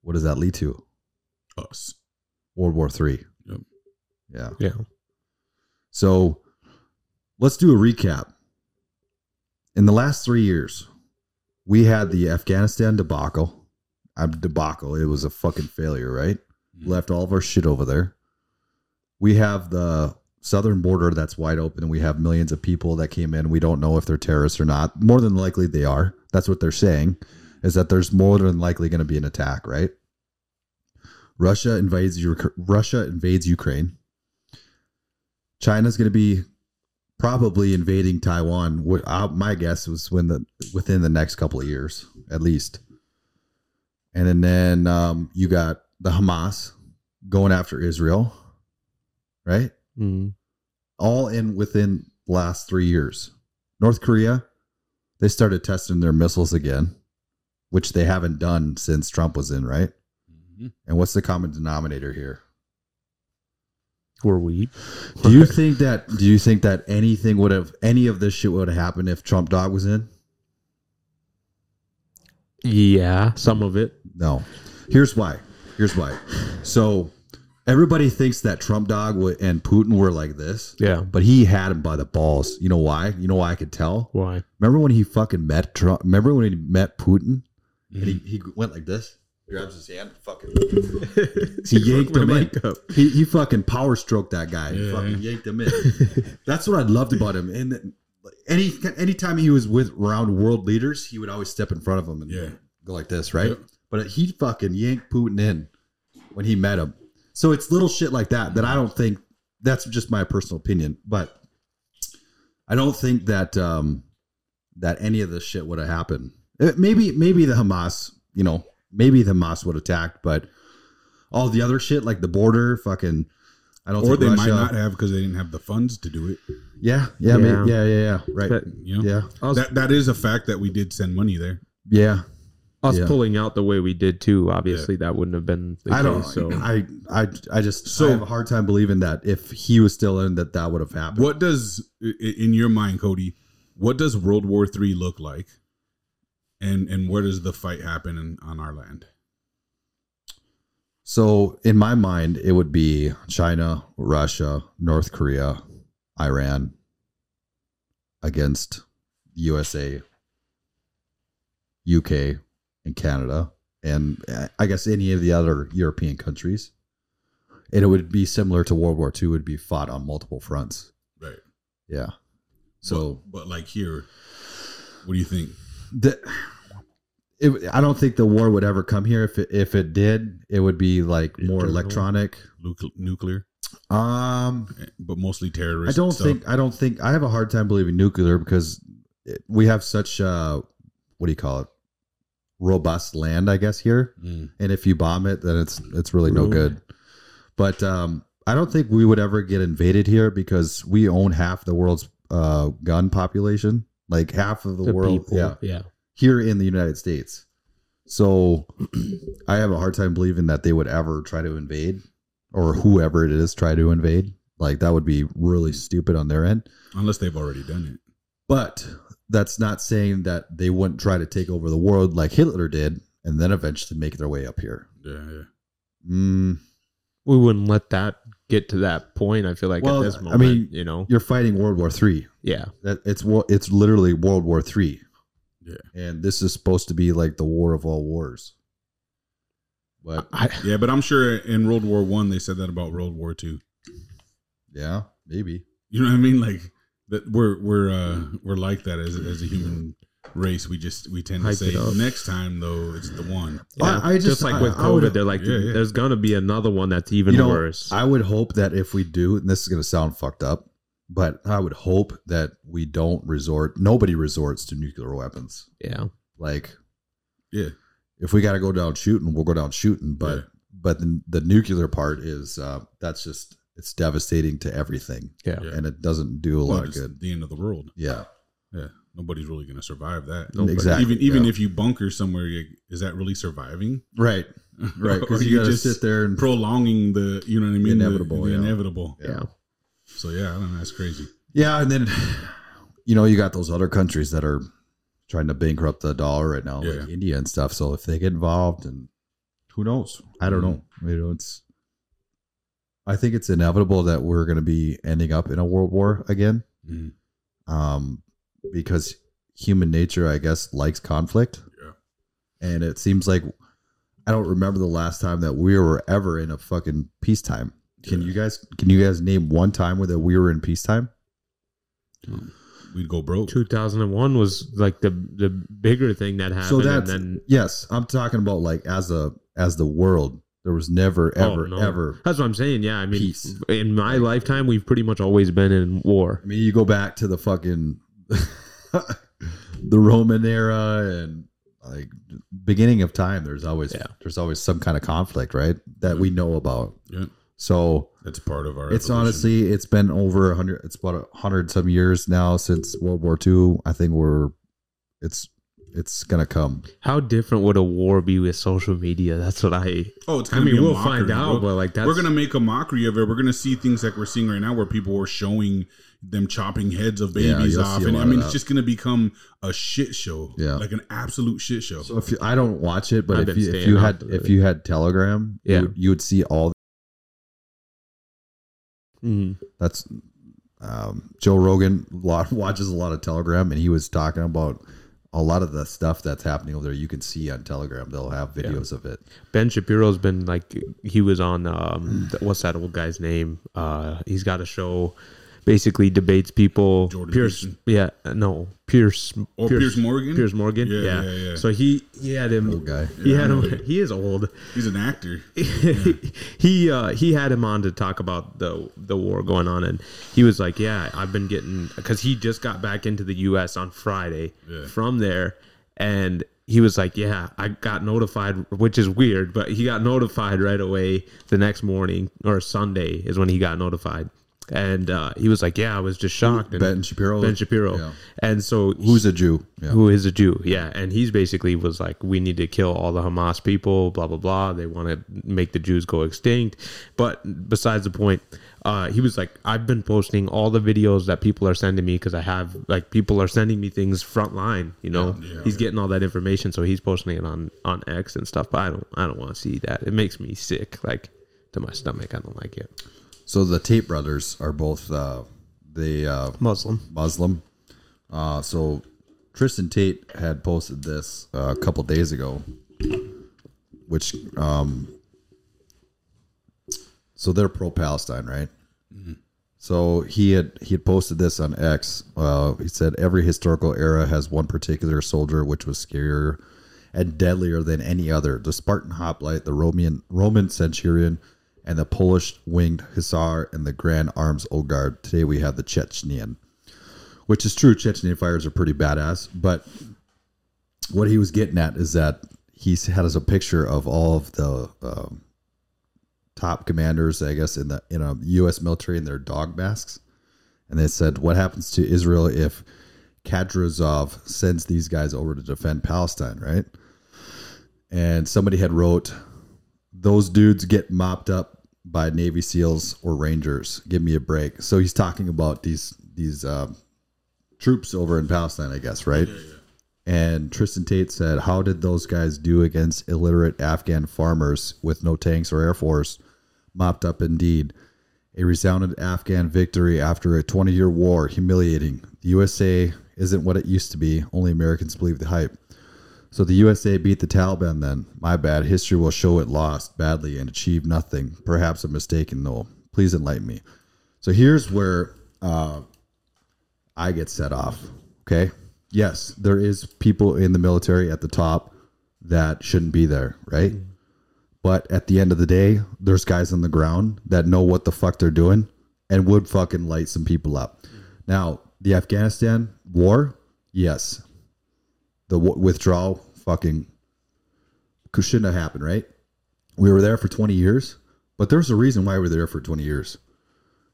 S2: What does that lead to?
S1: us.
S2: World War Three.
S1: Yep.
S2: Yeah.
S3: yeah.
S2: So let's do a recap. In the last three years, we had the Afghanistan debacle. I'm debacle. It was a fucking failure, right?
S1: Mhm.
S2: Left all of our shit over there. We have the southern border that's wide open. We have millions of people that came in. We don't know if they're terrorists or not. More than likely, they are. That's what they're saying, is that there's more than likely going to be an attack, right? Russia invades Uk- Russia invades Ukraine. China's going to be probably invading Taiwan. What uh, my guess was when the within the next couple of years, at least. And then, then um, you got the Hamas going after Israel, right?
S3: Mm.
S2: All in within the last three years. North Korea, they started testing their missiles again, which they haven't done since Trump was in, right? And what's the common denominator here?
S3: Were we?
S2: Do you think that do you think that anything would have any of this shit would have happened if Trump dog was in?
S3: Yeah, some of it.
S2: No. Here's why. Here's why. So everybody thinks that Trump dog wa- and Putin were like this,
S3: Yeah.
S2: but he had him by the balls. You know why? You know why I could tell?
S3: [LAUGHS] Why?
S2: Remember when he fucking met Trump? Remember when he met Putin? And
S1: Mhm.
S2: he, he went like this. Grabs his hand, fucking. He yanked him in.
S3: up.
S2: [LAUGHS] He, he fucking power stroked that guy.
S1: Yeah.
S2: He fucking yanked him in. [LAUGHS] That's what I loved about him. And any anytime he was with around world leaders, he would always step in front of them and
S1: Yeah.
S2: go like this, right?
S1: Yep.
S2: But he fucking yanked Putin in when he met him. So it's little shit like that that I don't think that's just my personal opinion, but I don't think that um that any of this shit would have happened. Eh, Maybe maybe the Hamas, you know, maybe the Hamas would attack, but all the other shit like the border, fucking I don't
S1: Or
S2: think
S1: they
S2: Russia,
S1: might not have because they didn't have the funds to do it.
S2: Yeah, yeah, may-
S3: Yeah.
S2: yeah, yeah, yeah, right.
S3: But
S1: You know?
S2: yeah.
S3: us,
S1: That that is a fact that we did send money there.
S2: Yeah.
S3: us
S2: yeah.
S3: pulling out the way we did too. Obviously, that wouldn't have been. The
S2: I don't.
S3: Case, so
S2: I I I just
S1: So-
S2: I have a hard time believing that if he was still in, that that would have happened.
S1: What does i- i- in your mind, Cody? What does World War Three look like? And and where does the fight happen in, on our land?
S2: So in my mind, it would be China, Russia, North Korea, Iran against USA, UK, and Canada, and uh, I guess any of the other European countries. And it would be similar to World War II; would be fought on multiple fronts.
S1: Right.
S2: Yeah. So
S1: but, but like here, what do you think?
S2: the it, I don't think the war would ever come here. If it, if it did, it would be like more
S3: Internal.
S2: electronic.
S1: Nucle- Nuclear,
S2: Um,
S1: eh, but mostly
S2: I
S1: terrorist.
S2: don't
S1: stuff.
S2: think I don't think I have a hard time believing nuclear because it, we have such uh, what do you call it? Robust land, I guess here.
S1: Mm.
S2: And if you bomb it, then it's it's really no
S3: Ruined.
S2: good. But um, I don't think we would ever get invaded here because we own half the world's uh, gun population, like half of the, world.
S3: people.
S2: Yeah,
S3: yeah.
S2: here in the United States. So I have a hard time believing that they would ever try to invade or whoever it is try to invade. Like that would be really stupid on their end.
S1: unless they've already done it.
S2: But that's not saying that they wouldn't try to take over the world like Hitler did and then eventually make their way up here.
S1: Yeah, yeah.
S2: Mm,
S3: We wouldn't let that get to that point. I feel like
S2: Well,
S3: at this
S2: I
S3: moment,
S2: mean-
S3: you know,
S2: you're fighting World War Three.
S3: yeah,
S2: That it's wo- it's literally World War Three.
S1: Yeah.
S2: And this is supposed to be like the war of all wars. But
S3: I,
S1: Yeah, but I'm sure in World War One they said that about World War Two.
S2: yeah, maybe.
S1: You know what I mean? Like that we're we're uh, we're like that as as a human race. We just we tend to
S3: Hype
S1: say
S3: it up.
S1: next time though it's the one.
S2: I-
S3: yeah.
S2: I
S3: just,
S2: just-
S3: like with
S2: I- I would-
S3: COVID, they're like,
S1: Yeah, yeah.
S3: there's gonna be another one that's even
S2: You know,
S3: worse.
S2: I would hope that if we do, and this is going to sound fucked up, but I would hope that we don't resort, nobody resorts to nuclear weapons.
S3: yeah,
S2: Like,
S1: Yeah.
S2: if we got to go down shooting, we'll go down shooting. But,
S1: Yeah.
S2: but the, the nuclear part is, uh, that's just, it's devastating to everything
S3: yeah,
S1: Yeah.
S2: and it doesn't do a
S1: Well,
S2: lot of
S1: it's
S2: good.
S1: The end of the world.
S2: Yeah.
S1: Yeah, nobody's really going to survive that.
S3: Nope. Nobody.
S2: Exactly.
S1: Even even
S2: yeah.
S1: if you bunker somewhere, you- is that really surviving? [LAUGHS]
S2: right, right,
S1: or
S2: because
S1: you,
S2: you, gotta
S1: just
S2: sit there and
S1: prolonging the you know what I mean? The-
S2: Inevitable,
S1: the
S2: yeah.
S1: inevitable.
S2: Yeah.
S1: So yeah, I don't know. That's crazy.
S2: yeah, and then you know you got those other countries that are trying to bankrupt the dollar right now, like
S1: Yeah.
S2: India and stuff. So if they get involved, and who knows? I don't know.
S1: Mm-hmm.
S2: You know, it's. I think it's inevitable that we're going to be ending up in a world war again.
S1: Mm.
S2: um, because human nature, I guess, likes conflict.
S1: Yeah.
S2: And it seems like I don't remember the last time that we were ever in a fucking peacetime. Can
S1: Yeah.
S2: you guys can you guys name one time where that we were in peacetime?
S1: We'd go broke.
S3: 2001 was like the the bigger thing that happened.
S2: So that's
S3: and then,
S2: yes, I'm talking about like as a as the world. There was never
S3: Oh,
S2: ever
S3: no.
S2: ever.
S3: that's what I'm saying. Yeah, I mean,
S2: Peace.
S3: in my lifetime, we've pretty much always been in war.
S2: I mean, you go back to the fucking [LAUGHS] the Roman era and like beginning of time. There's always
S3: Yeah.
S2: there's always some kind of conflict, right? That we know about.
S1: Yeah.
S2: So
S1: That's part of our.
S2: it's
S1: evolution.
S2: honestly it's been over a hundred. It's about a hundred some years now since World War II. I think we're it's it's gonna come.
S3: How different would a war be with social media? That's what I.
S1: Oh, it's
S3: I
S1: gonna be
S3: mean,
S1: a
S3: we'll
S1: mockery,
S3: find out,
S1: bro.
S3: but like that's
S1: we're gonna make a mockery of it. We're gonna see things like we're seeing right now, where people are showing them chopping heads of
S2: Yeah,
S1: babies
S2: you'll
S1: off,
S2: see a
S1: and
S2: lot
S1: I
S2: of
S1: mean, it's
S2: that.
S1: just gonna become a shit show.
S2: Yeah.
S1: like an absolute shit show.
S2: So if you, I don't watch it, but
S3: I've
S2: if
S3: been
S2: you, if
S3: staying
S2: you
S3: off
S2: had
S3: of
S2: if
S3: it.
S2: you had Telegram, you
S3: Yeah.
S2: would- you would see all
S3: Mhm.
S2: that's um, Joe Rogan lot, [LAUGHS] watches a lot of Telegram, and he was talking about a lot of the stuff that's happening over there. You can see on Telegram; they'll have videos of it.
S3: Ben Shapiro's been like he was on um th- what's that old guy's name? Uh he's got a show basically debates people
S1: Jordan
S3: Pierce
S1: Peterson.
S3: yeah no Pierce
S1: Or Oh, Pierce Morgan?
S3: Pierce Morgan
S1: Yeah,
S3: yeah,
S1: yeah, yeah.
S3: so he he had him
S2: Old guy.
S3: he had
S1: I know
S3: him he is old
S1: He's an actor.
S3: [LAUGHS] he uh, he had him on to talk about the the war going on, and he was like, "Yeah, I've been getting because he just got back into the U.S. on Friday
S1: Yeah.
S3: from there, and he was like, "Yeah, I got notified, which is weird, but he got notified right away the next morning or Sunday is when he got notified." And uh, he was like, "Yeah, I was just shocked." And
S2: Ben Shapiro.
S3: Ben Shapiro,
S2: Yeah.
S3: and so
S2: who's a Jew. Yeah.
S3: who is a Jew. Yeah, and he's basically was like, we need to kill all the Hamas people, blah blah blah. They want to make the Jews go extinct. But besides the point, uh, he was like, I've been posting all the videos that people are sending me because I have like people are sending me things front line. You know, he's getting all that information, so he's posting it on on X and stuff. But I don't, I don't want to see that. It makes me sick, like to my stomach. I don't like it.
S2: So the Tate brothers are both uh, the uh,
S3: Muslim.
S2: Muslim. Uh, so Tristan Tate had posted this uh, a couple days ago, which um, so they're pro Palestine, right? So he had he had posted this on X. Uh, he said every historical era has one particular soldier which was scarier and deadlier than any other: the Spartan hoplite, the Roman Roman centurion, and the Polish winged hussar and the Grand Arms Ogard. Today we have the Chechenian which is true. Chechnya fires are pretty badass, but what he was getting at is that he had us a picture of all of the um, top commanders, I guess, in the in a U.S. military in their dog masks, and they said, "What happens to Israel if Kadrazov sends these guys over to defend Palestine?" Right? And somebody had wrote, "Those dudes get mopped up." By Navy SEALs or Rangers, give me a break. So he's talking about these these um, troops over in Palestine, I guess, right? And Tristan Tate said, How did those guys do against illiterate Afghan farmers with no tanks or air force? Mopped up indeed. A resounded Afghan victory after a 20 year war, humiliating. The USA isn't what it used to be. Only Americans believe the hype. So the USA beat the Taliban then. My bad. History will show it lost badly and achieved nothing. Perhaps I'm mistaken, though. Please enlighten me. So here's where uh, I get set off. Okay. Yes, there is people in the military at the top that shouldn't be there, right? But at the end of the day, there's guys on the ground that know what the fuck they're doing and would fucking light some people up. Now, the Afghanistan war, yes. The w- withdrawal fucking cou- shouldn't have happened, right? We were there for 20 years, but there's a reason why we we're there for 20 years,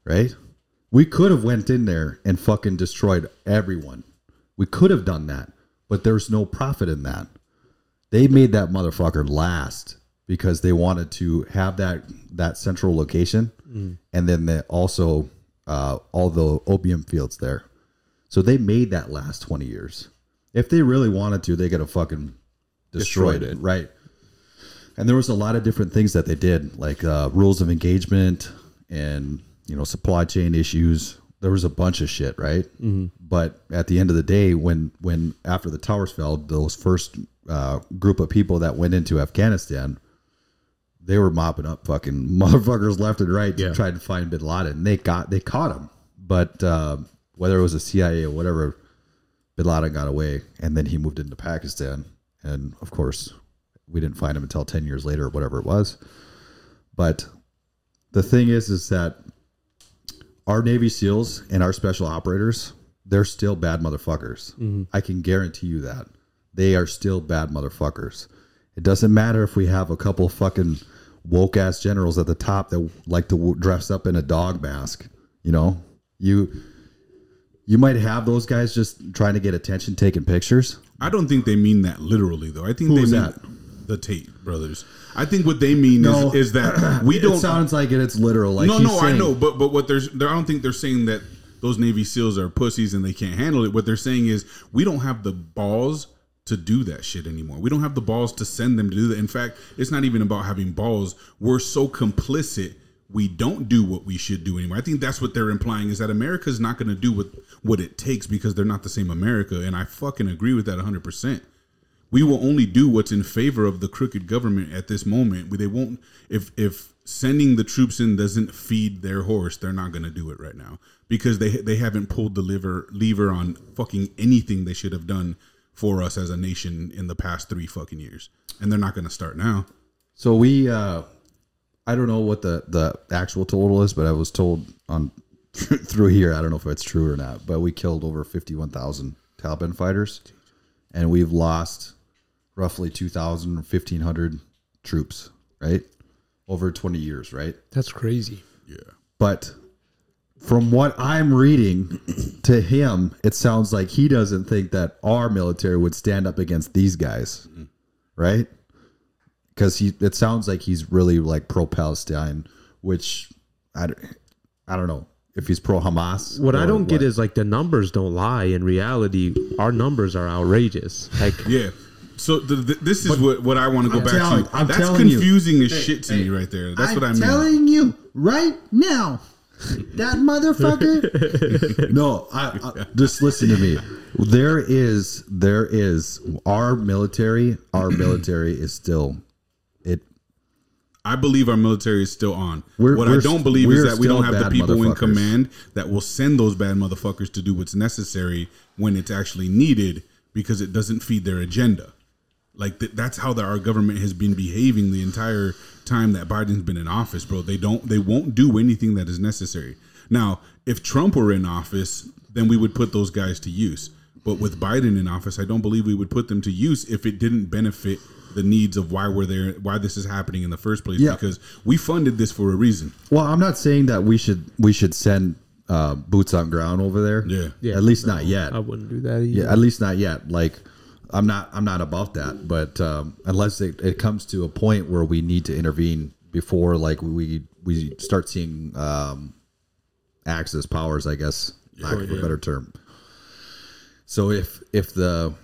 S2: right? We could have went in there and fucking destroyed everyone. We could have done that, but there's no profit in that. They made that motherfucker last because they wanted to have that that central location, and then they also uh, all the opium fields there. So they made that last twenty years. If they really wanted to, they could have fucking destroyed,
S3: Destroyed
S2: it, right? And there was a lot of different things that they did, like uh, rules of engagement and you know supply chain issues. There was a bunch of shit, right? But at the end of the day, when when after the towers fell, those first uh, group of people that went into Afghanistan, they were mopping up fucking [LAUGHS] motherfuckers left and right to
S3: Yeah.
S2: try to find Bin Laden. And they got they caught him, but uh, whether it was the CIA or whatever, Bin Laden got away, and then he moved into Pakistan. And of course, we didn't find him until ten years later, or whatever it was. But the thing is, is that our Navy SEALs and our special operators, they're still bad motherfuckers.
S1: Mm-hmm.
S2: I can guarantee you that. They are still bad motherfuckers. It doesn't matter if we have a couple fucking woke ass generals at the top that like to w- dress up in a dog mask. You know, you you might have those guys just trying to get attention, taking pictures.
S1: I don't think they mean that literally, though. I think they
S2: was
S1: mean
S2: that?
S1: the Tate brothers. I think what they mean
S2: No.
S1: is, is that we
S2: It
S1: don't.
S2: sounds like it. It's literal. Like
S1: no,
S2: he's
S1: no, I
S2: saying-
S1: know, but but what there's, there, I don't think they're saying that those Navy SEALs are pussies and they can't handle it. What they're saying is we don't have the balls to do that shit anymore. We don't have the balls to send them to do that. In fact, it's not even about having balls. We're so complicit. We don't do what we should do anymore. I think that's what they're implying is that America's not going to do what what it takes because they're not the same America, and I fucking agree with that 100. percent we will only do what's in favor of the crooked government at this moment. They won't if if sending the troops in doesn't feed their horse, they're not going to do it right now because they they haven't pulled the lever lever on fucking anything they should have done for us as a nation in the past 3 fucking years. And they're not going to start now.
S2: So we, uh, I don't know what the the actual total is, but I was told on [LAUGHS] through here. I don't know if it's true or not, but we killed over fifty one thousand Taliban fighters, and we've lost roughly 2,000 or 1,500 troops, right, over twenty years, right.
S4: That's crazy.
S1: Yeah.
S2: But from what I'm reading to him, it sounds like he doesn't think that our military would stand up against these guys, right? Because he, it sounds like he's really like pro Palestine, which I, d- I don't know if he's pro Hamas.
S3: What I
S2: or
S3: don't get
S2: what.
S3: is like the numbers don't lie. In reality, our numbers are outrageous. Like
S1: Yeah. So th- th- this is what, what I want to go
S2: I'm
S1: back
S2: telling-
S1: to.
S2: I'm
S1: That's
S2: telling you.
S1: confusing as shit to me right there. That's what I mean.
S2: you right now, [LAUGHS] that motherfucker. [LAUGHS] no, I, I just listen to me. There is, there is our military. [CLEARS THROAT] Our military is still it.
S1: I believe our military is still on.
S2: We're-
S1: what I
S2: we're-
S1: don't believe is
S2: we're
S1: that we
S2: still
S1: don't have the
S2: bad
S1: people in
S2: motherfuckers.
S1: command that will send those bad motherfuckers to do what's necessary when it's actually needed because it doesn't feed their agenda. Like th- that's how that our government has been behaving the entire time that Biden's been in office, bro. They don't they won't do anything that is necessary. Now, if Trump were in office, then we would put those guys to use. But with Biden in office, I don't believe we would put them to use if it didn't benefit the needs of why we're there, why this is happening in the first place.
S2: Yeah.
S1: Because we funded this for a reason.
S2: Well, I'm not saying that we should we should send uh, boots on ground over there.
S1: Yeah.
S3: Yeah. Uh,
S2: At least not yet.
S4: I wouldn't do that either.
S2: Yeah, at least not yet. Like, I'm not. I'm not about that. But um, unless it, it comes to a point where we need to intervene before, like we we start seeing um, access powers, I guess, lack of a better term. So if if the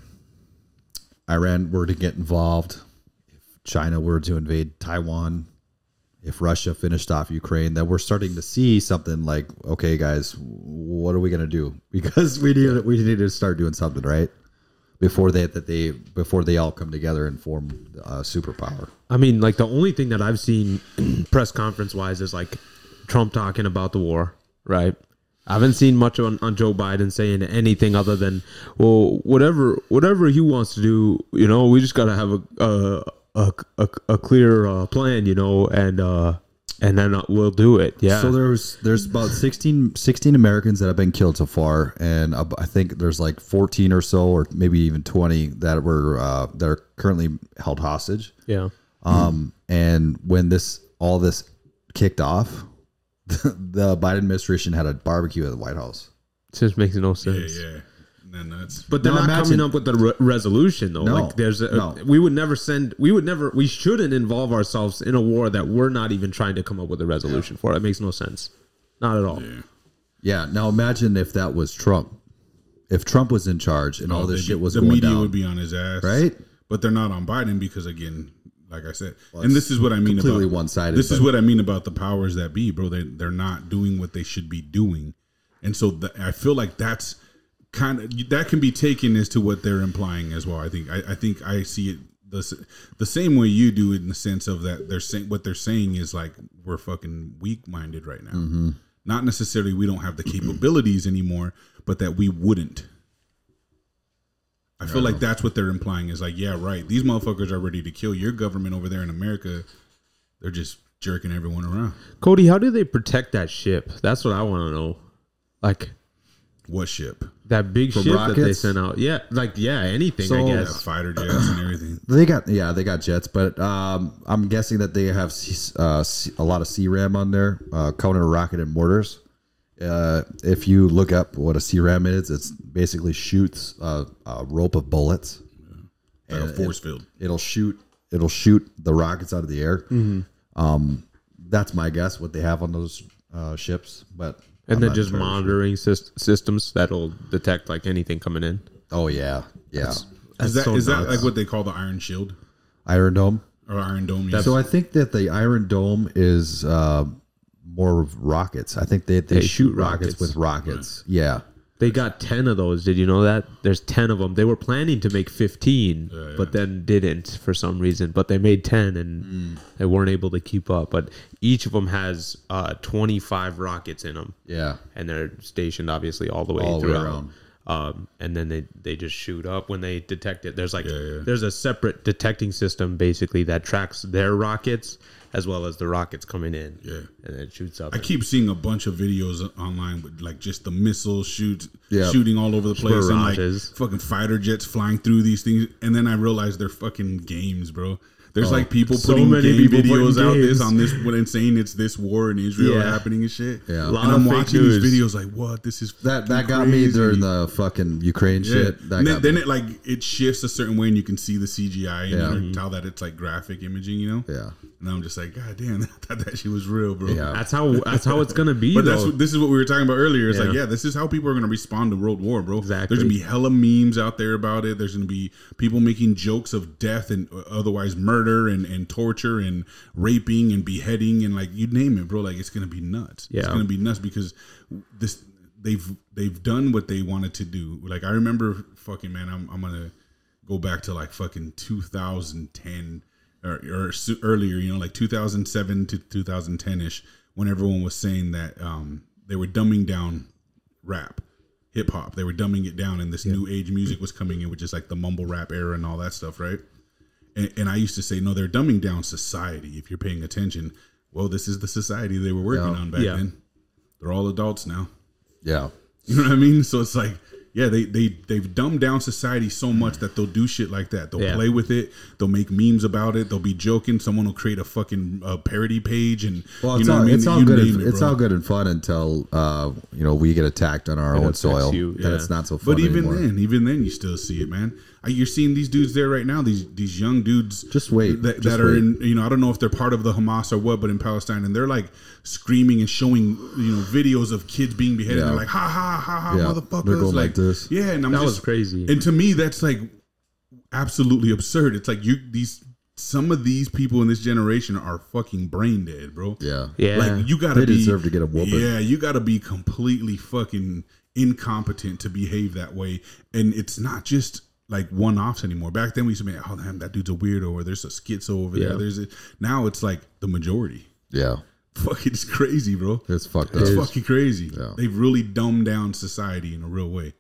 S2: Iran were to get involved, if China were to invade Taiwan, if Russia finished off Ukraine, that we're starting to see something like, okay, guys, what are we gonna do? [LAUGHS] Because we need we need to start doing something, right? Before they that they before they all come together and form a superpower.
S3: I mean, like the only thing that I've seen [CLEARS THROAT] press conference wise is like Trump talking about the war, right? I haven't seen much on, on Joe Biden saying anything other than, well, whatever whatever he wants to do, you know, we just got to have a a, a, a, a clear uh, plan, you know, and uh, and then we'll do it. Yeah.
S2: So there's there's about 16, 16 Americans that have been killed so far, and ab- I think there's like fourteen or so, or maybe even twenty that were uh, that are currently held hostage.
S3: yeah.
S2: Um, and when this all this kicked off, [LAUGHS] the, Biden administration had a barbecue at the White House.
S3: It just makes no
S1: Yeah,
S3: sense.
S1: yeah. And then nuts.
S3: But they're
S2: No,
S3: not
S2: imagine-
S3: coming up with a re- resolution though.
S2: No,
S3: like there's a,
S2: no.
S3: we would never send we would never we shouldn't involve ourselves in a war that we're not even trying to come up with a resolution for. It makes no sense. Not at all.
S1: Yeah.
S2: Yeah. Now imagine if that was Trump. If Trump was in charge and all
S1: Oh,
S2: this
S1: they'd
S2: shit
S1: be-
S2: was
S1: the
S2: going
S1: media
S2: down,
S1: would be on his ass,
S2: Right?
S1: But they're not on Biden because, again, like I said, and this is what I mean
S2: completely
S1: about
S2: one-sided,
S1: This is
S2: but-
S1: what I mean about the powers that be, bro. They they're not doing what they should be doing, and so th- I feel like that's kind of that can be taken as to what they're implying as well. I think I, I think I see it the s- the same way you do it in the sense of that they're saying what they're saying is like we're fucking weak minded right now.
S2: Mm-hmm.
S1: Not necessarily we don't have the capabilities anymore, but that we wouldn't. I feel like that's what they're implying is like, yeah, right. These motherfuckers are ready to kill your government over there in America. They're just jerking everyone around.
S3: Cody, how do they protect that ship? That's what I want to know. Like
S1: What ship?
S3: that big ship that they
S2: rockets?
S3: sent out. Yeah, like yeah, anything
S2: So-
S3: I
S1: Yeah,
S3: guess.
S1: fighter jets and everything.
S2: they got yeah they got jets, but um, I'm guessing that they have C- uh, C- a lot of CRAM on there, uh, counter rocket and mortars. Uh, if you look up what a CRAM is, it's basically shoots uh, a rope of bullets.
S1: Like a force field.
S2: It'll shoot. It'll shoot the rockets out of the air. Um, that's my guess. What they have on those uh, ships, but I'm
S3: And then
S2: not
S3: just
S2: sure.
S3: monitoring sys- systems that'll detect like anything coming in.
S2: Oh yeah, yeah.
S1: Is that
S3: That's
S1: is
S3: so
S1: that
S3: nuts.
S1: like what they call the Iron Shield
S2: Iron Dome.
S1: or Iron Dome? Yeah.
S2: So I think that the Iron Dome is uh, more of rockets. I think they, they
S3: They
S2: shoot
S3: shoot
S2: rockets,
S3: rockets.
S2: with rockets. Yeah.
S3: They got 10 of those. Did you know that? There's 10 of them. They were planning to make 15,
S1: yeah.
S3: but then didn't for some reason. But they made 10 and
S1: Mm.
S3: they weren't able to keep up. But each of them has uh, 25 rockets in them.
S2: Yeah.
S3: And they're stationed, obviously, all the way
S2: All the way
S3: throughout.
S2: around.
S3: Um, and then they, they just shoot up when they detect it. There's like
S1: yeah.
S3: there's a separate detecting system basically that tracks their rockets as well as the rockets coming in.
S1: Yeah.
S3: and it shoots up.
S1: I keep seeing a bunch of videos online with like just the missile shoot
S2: Yeah.
S1: shooting all over the place and like
S3: Barrages.
S1: fucking fighter jets flying through these things. And then I realize they're fucking games, bro. There's like people
S3: so
S1: putting
S3: many
S1: game
S3: people
S1: videos
S3: putting
S1: out this
S3: games.
S1: on this one and saying it's this war in Israel
S3: Yeah.
S1: happening and shit.
S2: Yeah.
S1: and
S3: Lot of
S1: I'm
S3: fake
S1: watching these
S3: news.
S1: videos like, what? This is
S2: That that
S1: fucking
S2: got me
S1: crazy.
S2: during the fucking Ukraine
S1: Yeah.
S2: shit. That
S1: And then,
S2: got me.
S1: then it like it shifts a certain way and you can see the CGI and
S2: Yeah.
S1: you can tell that it's like graphic imaging, you know?
S2: Yeah.
S1: And I'm just like, God damn, [LAUGHS] I thought that shit was real, bro.
S2: Yeah.
S3: that's how that's how it's gonna
S1: [LAUGHS]
S3: be.
S1: But that's
S3: though.
S1: what, this is what we were talking about earlier. It's like,
S3: Yeah.
S1: yeah, this is how people are going to respond to World War, bro.
S3: Exactly.
S1: There's going to be hella memes out there about it. There's going to be people making jokes of death and uh, otherwise murder and, and torture and raping and beheading and like you name it, bro. Like it's going to be nuts. It's
S3: Yeah.
S1: going to be nuts because this they've they've done what they wanted to do. Like I remember, fucking man, I'm I'm gonna go back to like fucking 2010 or, or su- earlier, you know, like 2007 to 2010 ish, when everyone was saying that um, they were dumbing down rap, hip hop. They were dumbing it down, and this new age music was coming in, which is like the mumble rap era and all that stuff, right? And, and I used to say, no, they're dumbing down society. If you're paying attention, well, this is the society they were working on back
S3: Yeah.
S1: then. They're all adults now. [LAUGHS]
S2: yeah.
S1: You know what I mean? So it's like, yeah, they they they've dumbed down society so much that they'll do shit like that. They'll
S3: Yeah.
S1: play with it. They'll make memes about it. They'll be joking. Someone will create a fucking uh, parody page, and
S2: Well,
S1: you
S2: it's
S1: know
S2: all,
S1: what I mean.
S2: it's all
S1: You
S2: good.
S1: name
S2: And,
S1: it,
S2: it's
S1: bro.
S2: all good and fun until uh, you know we get attacked on our own
S3: affects
S2: soil.
S3: you,
S2: Then
S3: yeah.
S2: it's not so fun.
S1: But even
S2: anymore.
S1: then, even then, you still see it, man. Uh, You're seeing these dudes there right now. These these young dudes.
S2: Just wait.
S1: That,
S2: Just
S1: that are
S2: wait.
S1: in. You know, I don't know if they're part of the Hamas or what, but in Palestine, and they're like screaming and showing you know videos of kids being beheaded.
S2: Yeah.
S1: They're like, ha ha ha ha,
S2: Yeah.
S1: motherfuckers.
S2: They're going like this.
S1: Yeah, and I'm
S3: That
S1: just,
S3: was crazy.
S1: And to me, that's like absolutely absurd. It's like you these some of these people in this generation are fucking brain dead, bro.
S2: yeah,
S3: yeah,
S1: Like you gotta
S2: They
S1: be,
S2: deserve to get a whooping.
S1: Yeah, you gotta be completely fucking incompetent to behave that way. And it's not just like one offs anymore. Back then we used to be like, oh damn, that dude's a weirdo or there's a schizo over there.
S3: Yeah.
S1: There's a, now it's like the majority. [LAUGHS]
S2: yeah.
S1: Fuck it's crazy, bro.
S2: It's fucked
S1: It's
S2: up.
S1: fucking crazy.
S2: Yeah.
S1: They've really dumbed down society in a real way.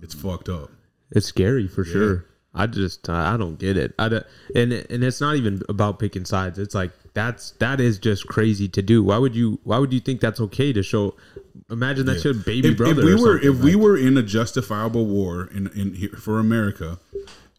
S1: It's fucked up.
S3: It's scary for sure. I just uh, I don't get it. I don't, and and it's not even about picking sides. It's like that's that is just crazy to do. Why would you Why would you think that's okay to show? Imagine that's your baby
S1: if,
S3: brother.
S1: if we
S3: or
S1: were
S3: something.
S1: if we were in a justifiable war in in here for America,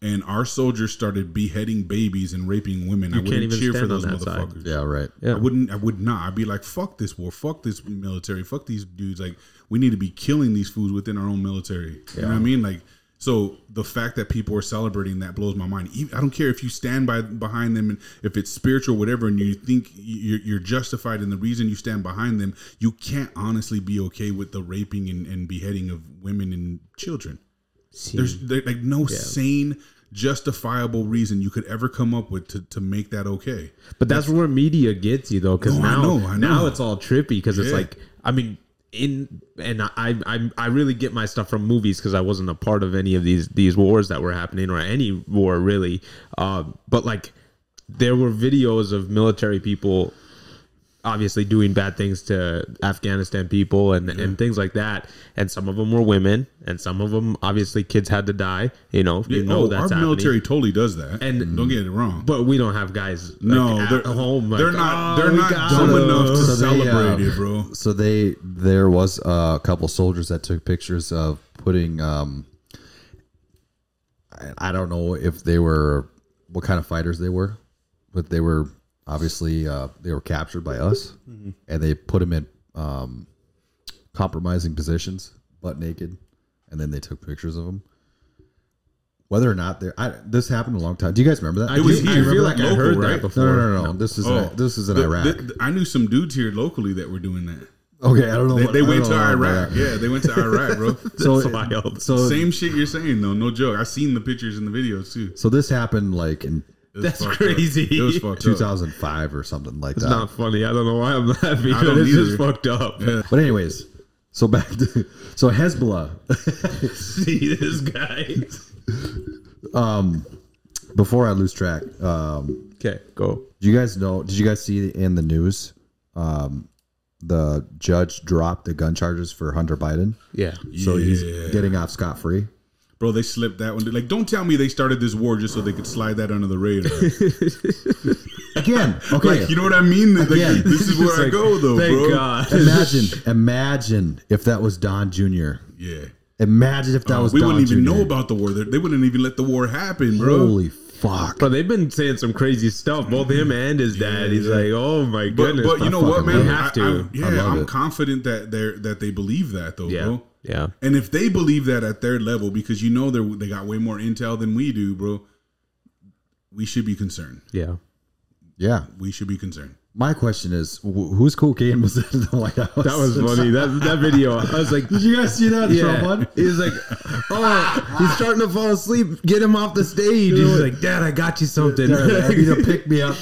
S1: and our soldiers started beheading babies and raping women, I
S3: can't
S1: wouldn't
S3: even
S1: cheer for
S3: stand on
S1: those
S3: that side.
S1: motherfuckers.
S2: Yeah, right.
S1: I wouldn't. I would not. I'd be like, "Fuck this war. Fuck this military. Fuck these dudes. Like, we need to be killing these fools within our own military." You know what I mean? Like, So the fact that people are celebrating that blows my mind. Even- I don't care if you stand by behind them and if it's spiritual, whatever, and you think you're, you're justified in the reason you stand behind them. You can't honestly be okay with the raping and, and beheading of women and children. There's there, like no sane, justifiable reason you could ever come up with to, to make that okay.
S3: But that's where media gets you though, because
S1: No, I
S3: now
S1: know, I know.
S3: now it's all trippy because it's
S1: Yeah.
S3: like I mean in and I I I really get my stuff from movies because I wasn't a part of any of these these wars that were happening or any war really, uh, but like there were videos of military people obviously doing bad things to Afghanistan people and, and things like that. And some of them were women, and some of them obviously kids had to die. You know, you know
S1: oh,
S3: that's
S1: our
S3: happening.
S1: military totally does that.
S3: And-
S1: don't get it wrong.
S3: But we don't have guys. like,
S1: no,
S3: at
S1: they're
S3: home. like,
S1: they're not.
S3: "Oh,
S1: They're
S3: we
S1: not
S3: got
S1: dumb
S3: him."
S1: enough to
S2: So they,
S1: celebrate
S2: uh,
S1: it, bro.
S2: So they there was uh, a couple soldiers that took pictures of putting. Um, I, I don't know if they were what kind of fighters they were, but they were obviously uh, they were captured by us, and they put them in um, compromising positions, butt naked, and then they took pictures of them. Whether or not they, I, this happened a long time. Do you guys remember that?
S3: I
S1: was
S3: do- I
S1: here.
S3: feel like I
S1: Local,
S3: heard
S1: right?
S3: that before.
S2: No, no, no, no, no. This is
S1: Oh,
S2: this is in
S1: the-
S2: Iraq.
S1: the- I knew some dudes here locally that were doing that.
S2: okay, I don't know.
S1: They,
S2: what-
S1: they
S2: I
S1: went
S2: don't
S1: to
S2: know about
S1: Iraq.
S2: that.
S1: Yeah, they went
S3: [LAUGHS]
S1: to Iraq, bro.
S2: So,
S3: wild.
S2: so
S1: Same shit you're saying though, no joke. I seen the pictures and the videos too. It
S2: So this happened like in
S1: was
S3: That's
S1: fucked up.
S3: crazy.
S1: It was fucked up.
S2: 2005 or something like
S3: It's
S2: that.
S3: not funny. I don't know why I'm laughing.
S1: I don't
S3: but It's just
S1: either.
S3: fucked up.
S2: But anyways, so back to [LAUGHS] so Hezbollah. [LAUGHS]
S3: [LAUGHS] See this guy.
S2: Before I lose track, um,
S3: Okay, go.
S2: do you guys know? Did you guys see in the news? Um, the judge dropped the gun charges for Hunter Biden,
S3: Yeah.
S2: so he's
S1: Yeah.
S2: getting off
S1: [LAUGHS]
S2: scot free.
S1: Bro, they slipped that one. Like, don't tell me they started this war just so they could slide that under the
S3: [LAUGHS]
S1: radar.
S2: Again, okay.
S1: like, you know what I mean? Like,
S2: Again.
S3: [LAUGHS]
S1: this is where I go though,
S3: Thank
S1: bro. [LAUGHS]
S3: God.
S2: imagine, imagine if that was Don Jr.
S1: Yeah,
S2: Imagine if that was
S1: Uh, we
S2: Don
S1: wouldn't even
S2: Jr..
S1: know about the war. They they wouldn't even let the war happen, bro.
S2: Holy fuck!
S3: But they've been saying some crazy stuff. Both him and his dad. He's like, oh my
S1: but,
S3: goodness.
S1: but you know what,
S2: fucking
S1: man?
S3: love it. Have to.
S1: I,
S3: I
S1: I, yeah,
S2: love
S1: I'm
S2: it.
S1: confident that they're that they believe that though,
S3: yeah.
S1: bro.
S3: Yeah.
S1: And if they believe that at their level, because you know they they got way more intel than we do, bro, we should be concerned.
S3: Yeah.
S2: yeah,
S1: We should be concerned.
S2: my question is, wh- whose cocaine was in the White House?
S3: That was
S2: [LAUGHS]
S3: funny. That that video. I was like,
S2: Did you guys see that
S3: yeah.
S2: Trump [LAUGHS] one?
S3: He's like, oh, he's starting to fall asleep. Get him off the stage. He's like, Dad, I got you something.
S2: Yeah, I need to pick me up.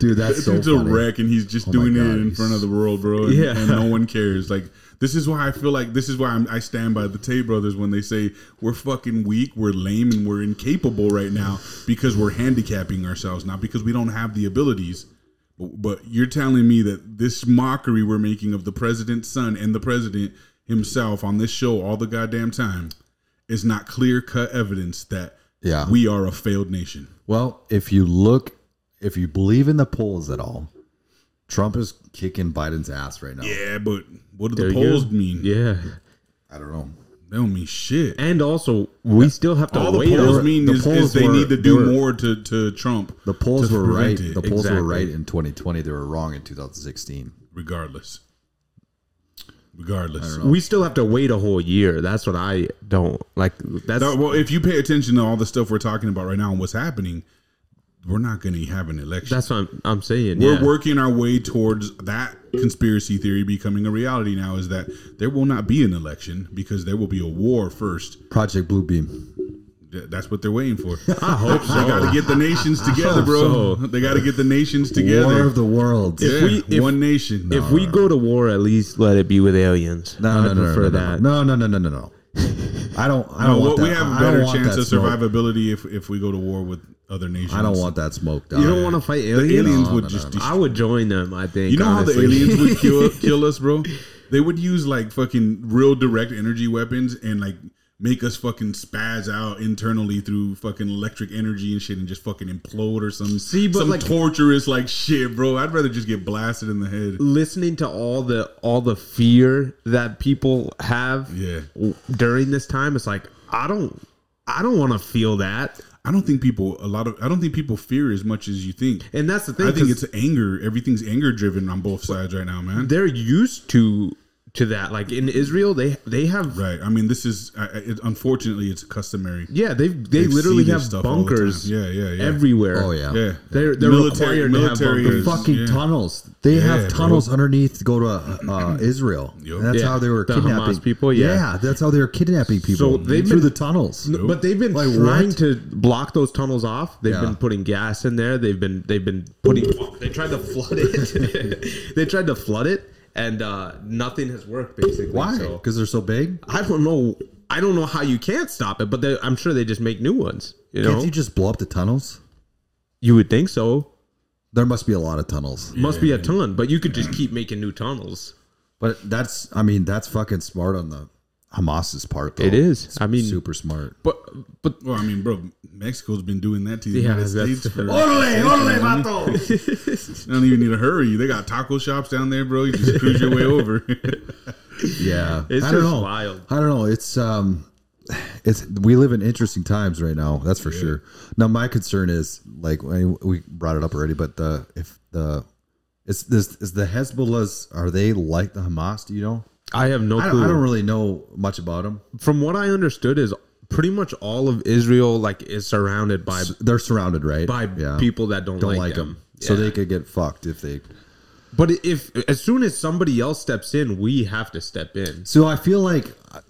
S2: Dude, that's
S1: It's
S2: so
S1: a
S2: funny.
S1: wreck, and he's just
S2: Oh my
S1: doing
S2: God,
S1: it in
S2: he's-
S1: front of the world, bro. And,
S3: Yeah.
S1: and no one cares. Like this is why I feel like this is why I'm, I stand by the Tay brothers when they say we're fucking weak, we're lame, and we're incapable right now because we're handicapping ourselves, not because we don't have the abilities. But, but you're telling me that this mockery we're making of the president's son and the president himself on this show all the goddamn time is not clear cut evidence that
S2: Yeah.
S1: we are a failed nation.
S2: Well, if you look, if you believe in the polls at all, Trump is kicking Biden's ass right now.
S1: Yeah, but what do
S3: There
S1: the
S3: you go.
S1: polls mean?
S3: [LAUGHS] Yeah.
S2: I don't know.
S1: They don't mean shit.
S3: And also, we still have to
S1: All the
S3: wait.
S1: polls
S3: on-
S1: mean
S2: the
S1: is,
S2: polls
S1: is they
S2: were-
S1: need to
S2: they
S1: do
S2: were-
S1: more to, to Trump.
S2: The polls
S1: To
S2: were right.
S1: prevent it.
S2: The polls
S3: Exactly.
S2: were right in 2020. They were wrong in 2016.
S1: regardless. Regardless.
S3: we still have to wait a whole year. That's what I don't like. That's
S1: No, well, if you pay attention to all the stuff we're talking about right now and what's happening, we're not going to have an election.
S3: that's what I'm, I'm saying.
S1: we're
S3: yeah.
S1: working our way towards that conspiracy theory becoming a reality now is that there will not be an election because there will be a war first.
S2: Project Blue Beam.
S1: Th- That's what they're waiting for.
S3: I hope so.
S1: They got to get the nations together,
S3: hope
S1: bro.
S3: so.
S1: They got to get the nations
S2: War
S1: together.
S2: of the Worlds.
S1: Yeah,
S3: we- if-
S1: one nation.
S3: if we go to war, at least let it be with aliens.
S2: No,
S3: I
S2: no, no, no, no,
S3: prefer
S2: no,
S3: that.
S2: no, no, no, no, no, no. I don't. I
S1: No, well,
S2: don't want that.
S1: we have a
S2: I don't
S1: better
S2: want
S1: chance
S2: that
S1: of
S2: smoke.
S1: survivability if, if we go to war with other nations.
S2: I don't want that smoke. Dog.
S3: You don't want to fight
S1: the
S3: aliens.
S1: aliens
S2: No,
S1: would
S2: no,
S1: just.
S3: I
S1: destroy-
S3: would join them. I think.
S1: you know
S3: honestly.
S1: how the aliens would
S2: [LAUGHS]
S1: kill kill us, bro? They would use like fucking real direct energy weapons and like make us fucking spaz out internally through fucking electric energy and shit and just fucking implode or some
S3: See, but,
S1: some
S3: like-
S1: torturous like shit, bro. I'd rather just get blasted in the head.
S3: [LAUGHS] listening to all the all the fear that people have
S1: Yeah.
S3: w- during this time. It's like I don't. I don't want to feel that,
S1: I don't think people a lot of I don't think people fear as much as you think.
S3: and that's the thing.
S1: I think
S3: 'cause-
S1: it's anger. Everything's anger driven on both sides right now, man.
S3: they're used to to that. Like in Israel, they they have
S1: Right. I mean, this is I, I- it, unfortunately it's customary.
S3: yeah they they
S1: They've
S3: literally
S1: seen this
S3: have
S1: stuff all the time.
S3: bunkers
S1: Yeah, yeah, yeah.
S3: everywhere.
S2: Oh yeah.
S1: yeah.
S3: They're they're
S1: Military-
S3: required to have
S1: military
S3: bunkers.
S1: is-
S2: Fucking
S1: Yeah.
S2: tunnels. They
S1: Yeah,
S2: have
S1: bro.
S2: tunnels underneath to go to uh, uh, Israel.
S1: Yup.
S2: That's
S3: Yeah.
S2: how they were
S3: The
S2: kidnapping
S3: Hamas people, yeah.
S2: that's how they were kidnapping people
S3: they've
S2: through
S3: been-
S2: the tunnels.
S3: No, But they've been
S2: Like,
S3: trying
S2: what?
S3: to block those tunnels off. They've
S2: Yeah.
S3: been putting gas in there. They've been they've been putting. They tried to flood it. [LAUGHS] they tried to flood it, and uh, nothing has worked basically.
S2: Why?
S3: So
S2: Because they're so big.
S3: I don't know. I don't know how you can't stop it, but they, I'm sure they just make new ones. You know,
S2: Can't you
S3: you,
S2: just blow up the tunnels?
S3: would think so.
S2: There must be a lot of tunnels.
S3: Must be a ton, but you could just keep making new tunnels.
S2: But that's, I mean, that's fucking smart on the Hamas's part. Though.
S3: It is. I mean,
S2: super smart.
S3: but but
S1: Well, I mean, bro, Mexico's been doing that to the
S3: Yeah,
S1: United
S3: that's-
S1: States for.
S2: Orale, orale,
S1: [LAUGHS]
S2: vato.
S3: [LAUGHS]
S1: They don't even need to hurry. They got taco shops down there, bro. You just cruise your way over. [LAUGHS]
S2: yeah,
S3: It's
S2: I don't
S3: just
S2: know.
S3: wild.
S2: I don't know. It's um, it's we live in interesting times right now. That's for sure. Now my concern is like I- we brought it up already, but the if the it's this is the Hezbollahs are they like the Hamas? Do you know?
S3: I have no
S2: I
S3: clue.
S2: don't, I don't really know much about them.
S3: From what I understood, is pretty much all of Israel like is surrounded by
S2: They're surrounded, right?
S3: by people that don't,
S2: don't
S3: like,
S2: like
S3: them.
S2: them, so they could get fucked if they.
S3: But if as soon as somebody else steps in, we have to step in.
S2: So I feel like uh,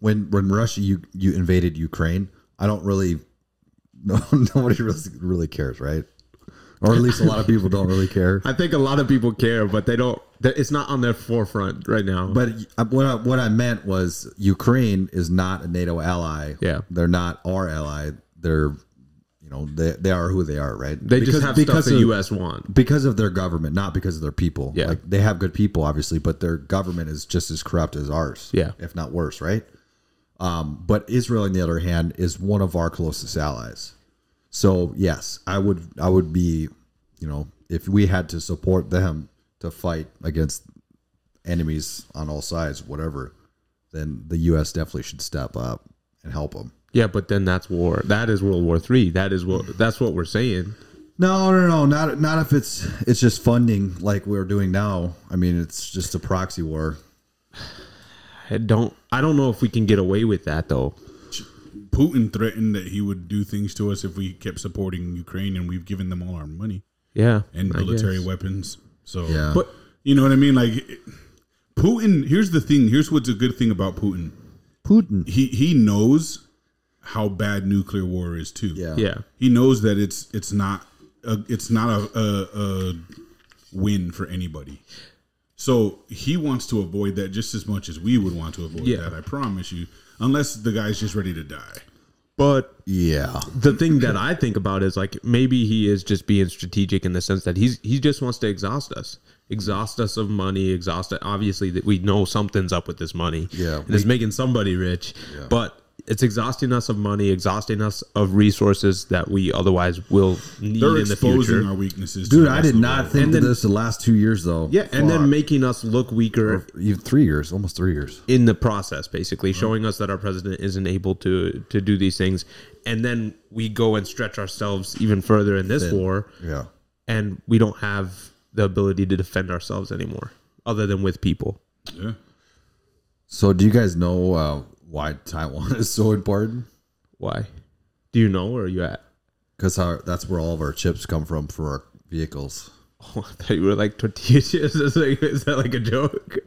S2: when when Russia you you invaded Ukraine, I don't really [LAUGHS] no nobody really really cares, right? Or at least a lot of people don't really care.
S3: [LAUGHS] I think a lot of people care, but they don't. they- It's not on their forefront right now.
S2: But I- what I, what I meant was Ukraine is not a NATO ally.
S3: Yeah.
S2: they're not our ally. They're you know they, they are who they are, right?
S3: they just have stuff the
S2: of-
S3: U.S. want.
S2: because of their government, not because of their people.
S3: Yeah.
S2: Like they have good people, obviously, but their government is just as corrupt as ours.
S3: Yeah.
S2: If not worse, right? Um, but Israel, on the other hand, is one of our closest allies. So yes, I would I would be, you know, if we had to support them to fight against enemies on all sides, whatever, then the US definitely should step up and help them.
S3: Yeah, but then that's war. That is World War Three. That is what. That's what we're saying.
S2: No, no, no, not not if it's it's just funding like we're doing now. I mean, it's just a proxy war.
S3: I don't. I don't know if we can get away with that though.
S1: Putin threatened that he would do things to us if we kept supporting Ukraine, and we've given them all our money
S3: Yeah.
S1: and
S3: I
S1: military
S3: guess.
S1: weapons. So,
S2: Yeah.
S3: But
S1: you know what I mean? Like, it- Putin. Here's the thing. Here's what's a good thing about Putin.
S2: Putin.
S1: He he knows how bad nuclear war is too.
S2: Yeah.
S3: yeah.
S1: he knows that it's it's not a, it's not a, a, a win for anybody. So he wants to avoid that just as much as we would want to avoid
S3: Yeah.
S1: that. I promise you, unless the guy's just ready to die.
S3: But
S2: Yeah.
S3: the thing that I think about is like maybe he is just being strategic in the sense that he's he just wants to exhaust us, exhaust us of money, exhaust. Obviously, that we know something's up with this money.
S2: Yeah,
S3: and it's making somebody rich, but it's exhausting us of money, exhausting us of resources that we otherwise will need
S1: They're
S3: in the future.
S1: exposing our weaknesses, to
S2: Dude,
S1: the
S2: I
S1: rest
S2: did
S1: of the
S2: not
S1: world.
S2: think
S3: And
S2: of
S3: then-
S2: this the last two years though.
S3: yeah, and
S2: Fuck.
S3: then making us look weaker
S2: even three years, almost three years.
S3: in the process, basically showing us that our president isn't able to to do these things, and then we go and stretch ourselves even further in this war.
S2: Yeah.
S3: and we don't have the ability to defend ourselves anymore other than with people
S1: Yeah.
S2: So do you guys know uh, why Taiwan [LAUGHS] is so important?
S3: why do you know where you at [LAUGHS]
S2: Because that's where all of our chips come from for our vehicles.
S3: oh, i thought you were like tortilla chips [LAUGHS] is, like, is that like a joke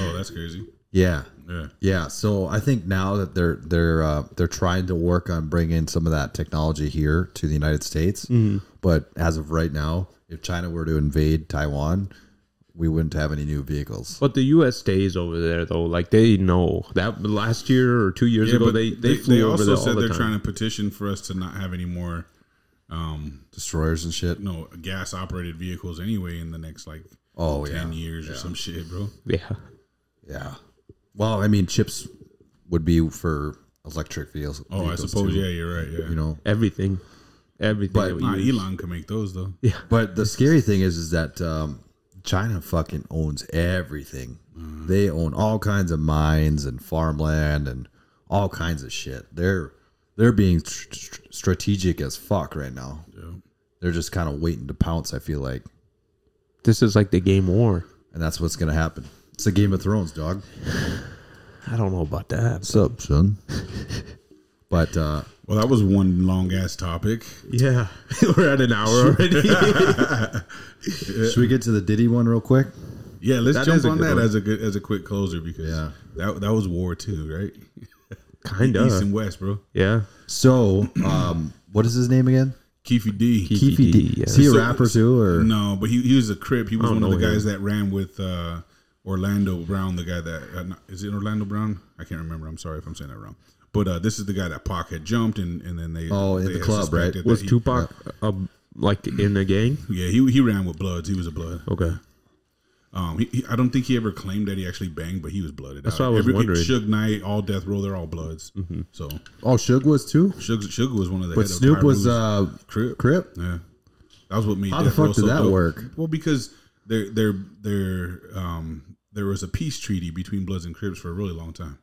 S1: Oh, that's crazy.
S2: Yeah.
S1: Yeah.
S2: Yeah, so I think now that they're they're uh, they're trying to work on bringing some of that technology here to the United States,
S1: Mm-hmm.
S2: but as of right now, if China were to invade Taiwan, we wouldn't have any new vehicles.
S3: but the us stays over there though like they know that last year or two years
S1: Yeah,
S3: ago
S1: but
S3: they, they flew over there all
S1: they're
S3: the time
S1: trying to petition for us to not have any more
S2: Destroyers and shit.
S1: no gas operated vehicles anyway in the next like
S2: Oh yeah,
S1: ten years or some shit, bro.
S3: yeah
S2: yeah. Well, I mean, chips would be for electric vehicles.
S1: Oh, I
S2: vehicles
S1: suppose
S2: too,
S1: yeah, you're right. Yeah.
S2: You know,
S3: everything everything
S2: But-
S3: that we
S1: Nah,
S3: use.
S1: Elon can make those though.
S2: But the scary thing is, is that um, China fucking owns everything. They own all kinds of mines and farmland and all kinds of shit. They're they're being tr- tr- strategic as fuck right now.
S1: Yeah.
S2: They're just kind of waiting to pounce. I feel like,
S3: this is like the game war
S2: and that's what's gonna happen. It's a Game of Thrones, dog.
S3: I don't know about that.
S2: What's up, son? [LAUGHS] but uh,
S1: Well, that was one long ass topic. [LAUGHS]
S3: [LAUGHS] Yeah, we're at an hour already.
S2: should we get to the Diddy one real quick?
S1: Yeah, let's
S3: That is
S1: jump
S3: a
S1: on
S3: good
S1: that
S3: one.
S1: as a good as a quick closer because
S2: Yeah.
S1: that that was war too, right?
S3: kind
S1: East
S3: of.
S1: and West, bro.
S3: Yeah.
S2: So, um, what is his name again?
S1: Keefy D.
S3: Keefy
S2: Keefy
S3: D, yeah.
S2: Is he a
S1: So-
S2: rapper too, or
S1: No, but he, he was a Crip. He was one
S3: don't
S1: of the
S3: know him.
S1: guys that ran with uh, Orlando Brown, the guy that uh, not- is it Orlando Brown? I can't remember. I'm sorry if I'm saying that wrong. But uh, this is the guy that Pac had jumped, and, and then they
S2: Oh, in
S1: they
S2: the
S1: had
S2: club, right?
S1: suspected that
S3: Was
S1: he-
S3: Tupac uh, like in the gang?
S1: Yeah, he he ran with Bloods. He was a Blood.
S3: Okay.
S1: Um, he, he- I don't think he ever claimed that he actually banged, but he was blooded. That's
S3: what I was wondering.
S1: Suge Knight, all Death Row, they're all Bloods. So
S2: oh, Suge was too.
S1: Suge, Suge was one of the.
S2: But
S1: head
S2: Snoop
S1: of
S2: was
S1: Tyrone's
S2: uh,
S1: Crip.
S2: Crip.
S1: Yeah, that was what made.
S2: How the
S1: Death
S2: fuck
S1: Row
S2: did
S1: so
S2: that
S1: dope.
S2: work?
S1: Well, because there there there um there was a peace treaty between Bloods and Crips for a really long
S2: [SIGHS]
S1: time.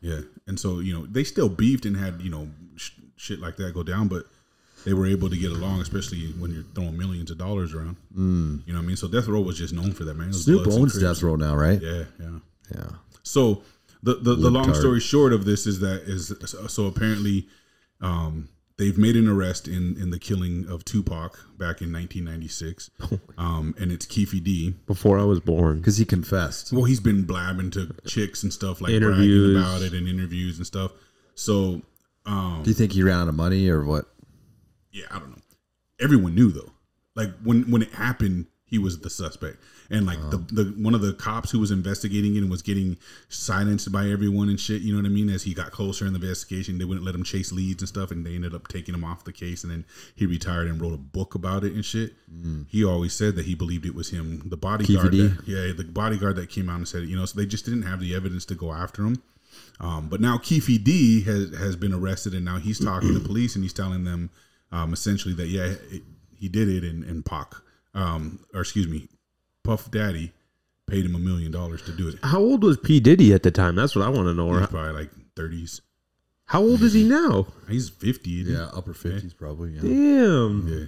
S1: yeah, and so you know they still beefed and had you know sh- shit like that go down, but they were able to get along, especially when you're throwing millions of dollars around. Mm. You know what I mean? So Death Row was just known for that man. It was
S2: Snoop
S1: Bloods and
S2: owns
S1: Crips.
S2: Death Row now, right?
S1: Yeah, yeah.
S2: yeah.
S1: So the the, the long
S2: Libtard.
S1: story short of this is that is so, so apparently um, they've made an arrest in in the killing of Tupac back in 1996, um, and it's Keefy D.
S3: Before I was born.
S2: Because he confessed.
S1: Well, he's been blabbing to chicks and stuff like
S3: Interviews.
S1: bragging about it in interviews and stuff. So um,
S2: Do you think he ran out of money or what?
S1: yeah, I don't know. Everyone knew though. Like when when it happened, he was the suspect, and like the the one of the cops who was investigating it and was getting silenced by everyone and shit. You know what I mean? As he got closer in the investigation, they wouldn't let him chase leads and stuff, and they ended up taking him off the case. And then he retired and wrote a book about it and shit. He always said that he believed it was him, the bodyguard.
S2: KVD?
S1: That, yeah, the bodyguard that came out and said it. You know, so they just didn't have the evidence to go after him. Um, but now Keefe D has has been arrested, and now he's talking to police, and he's telling them um, essentially that yeah, it, he did it, and and Pac, um, or excuse me, Puff Daddy paid him a million dollars to do it.
S3: How old was P Diddy at the time? That's what I want to know.
S1: He's
S3: Or
S1: probably like thirties.
S3: how old is he now?
S1: He's fifty. Isn't
S2: Yeah, upper fifties probably. Yeah.
S1: He?
S3: Damn.
S1: Yeah.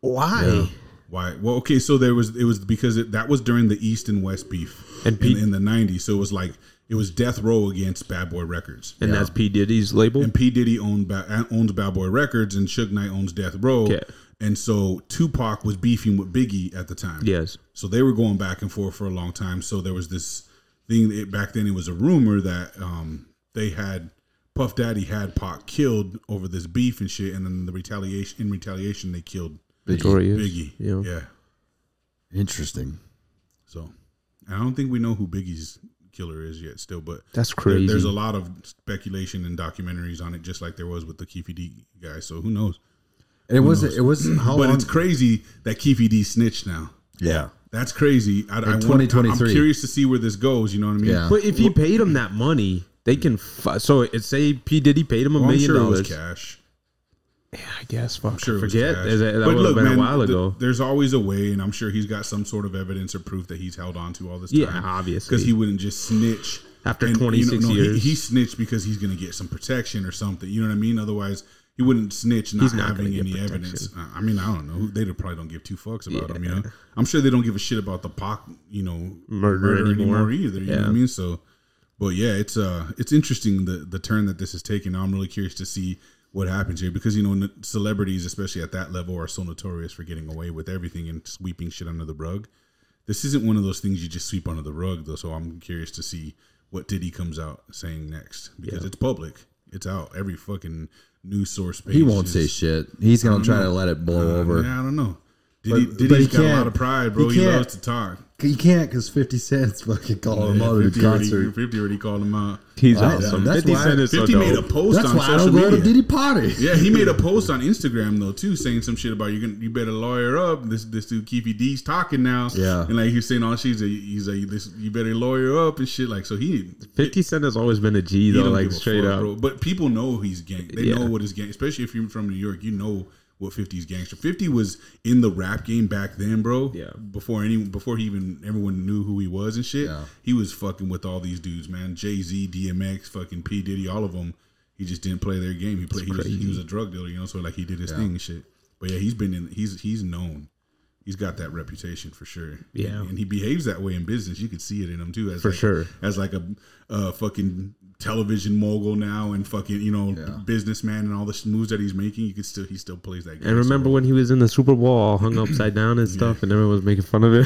S3: Why?
S2: Yeah.
S1: Why? Well, okay. So there was it was because it, that was during the East and West beef
S3: And P-
S1: in, in the '90s. So it was like it was Death Row against Bad Boy Records.
S3: And that's P Diddy's label.
S1: and P Diddy owned ba- owns Bad Boy Records, and Suge Knight owns Death Row.
S3: Okay.
S1: And so Tupac was beefing with Biggie at the time.
S3: yes.
S1: So they were going back and forth for a long time. So there was this thing it, back then. It was a rumor that um, they had Puff Daddy had Pac killed over this beef and shit, and then the retaliation in retaliation they killed
S3: Notorious.
S1: Biggie.
S3: Yeah.
S1: yeah.
S2: Interesting.
S1: So and I don't think we know who Biggie's killer is yet still, but
S3: That's
S1: there-
S3: crazy.
S1: there's a lot of speculation and documentaries on it, just like there was with the Keefy D guy. So who knows?
S2: It was. It was how
S1: But
S2: long?
S1: it's crazy that Keefy D snitched now.
S2: yeah.
S1: That's crazy. I, I want, I'm
S2: 2023.
S1: curious to see where this goes. You know what I mean?
S2: Yeah.
S3: but if he paid him that money, they can. Fu- so it say P Diddy paid him a
S1: Well, I'm
S3: million
S1: sure it was
S3: dollars.
S1: cash.
S3: Yeah, I guess. Fuck,
S1: sure
S3: I
S1: it was
S3: forget.
S1: cash.
S3: Is That, that
S1: But
S3: would have
S1: look,
S3: been
S1: man,
S3: a while
S1: th-
S3: ago.
S1: there's always a way, and I'm sure he's got some sort of evidence or proof that he's held on to all this time.
S3: Yeah, obviously.
S1: Because he wouldn't just snitch.
S3: After
S1: And, you know,
S3: 26
S1: no, he-
S3: years.
S1: He, snitched because he's going to get some protection or something. You know what I mean? Otherwise, he wouldn't snitch not,
S3: He's not gonna
S1: having
S3: get
S1: any
S3: protection.
S1: evidence. I I mean, I don't know. Who- They probably don't give two fucks about him, you know? I'm sure they don't give a shit about the Pac, you know,
S3: Murder anymore.
S1: either. You know what I
S3: Yeah.
S1: mean? So, but yeah, it's uh, it's interesting the the turn that this is taking. I'm really curious to see what happens here because you know n- celebrities, especially at that level, are so notorious for getting away with everything and sweeping shit under the rug. This isn't one of those things you just sweep under the rug though. So I'm curious to see what Diddy comes out saying next because it's public. It's out every fucking news source page.
S2: He won't
S1: is- Mm. Uh,
S2: say shit. He's gonna try to let it blow over.
S1: Yeah, I don't know. Diddy,
S2: But- but
S1: Diddy's
S2: he
S1: got a lot
S2: can't.
S1: of pride,
S2: He
S1: bro. He,
S2: can't.
S1: loves to talk.
S2: You can't because Fifty Cent's fucking calling him out at a
S1: 50 already,
S2: concert.
S1: 50 already called him out.
S3: He's
S2: Wow.
S3: awesome.
S2: That's
S3: 50
S2: why-
S3: Cent is so
S1: 50 made a
S3: dope.
S1: post
S2: That's
S1: on
S2: why I
S1: social
S2: don't go
S1: media.
S2: to Diddy Party.
S1: Yeah, he made a post on Instagram though too, saying some shit about you can you better lawyer up. This this dude Keefy D's talking now.
S2: Yeah.
S1: and like he was saying all she's a he's like this you better lawyer up and shit. Like so he
S3: 50 Cent has always been a G,
S1: he
S3: though,
S1: don't
S3: like
S1: give a
S3: straight
S1: fuck,
S3: up.
S1: bro. But people know he's gang. They
S3: Yeah.
S1: know what his gang. Especially if you're from New York, you know what 50's gangster. 50 was in the rap game back then, bro.
S3: Yeah.
S1: Before any before he even everyone knew who he was and shit.
S2: Yeah.
S1: He was fucking with all these dudes, man. Jay Z, DMX, fucking P Diddy, all of them. He just didn't play their game. He played. He was, he was a drug dealer, you know. So like he did his thing and shit. But yeah, he's been in. He's he's known. he's got that reputation for sure.
S3: Yeah.
S1: and he behaves that way in business. You could see it in him too. As
S3: for
S1: like,
S3: sure.
S1: as like a, a fucking television mogul now and fucking you know
S2: Yeah.
S1: businessman and all the moves that he's making. You could still he still plays that game.
S3: And remember when he was in the Super Bowl, all hung upside down and stuff, and everyone was making fun of him.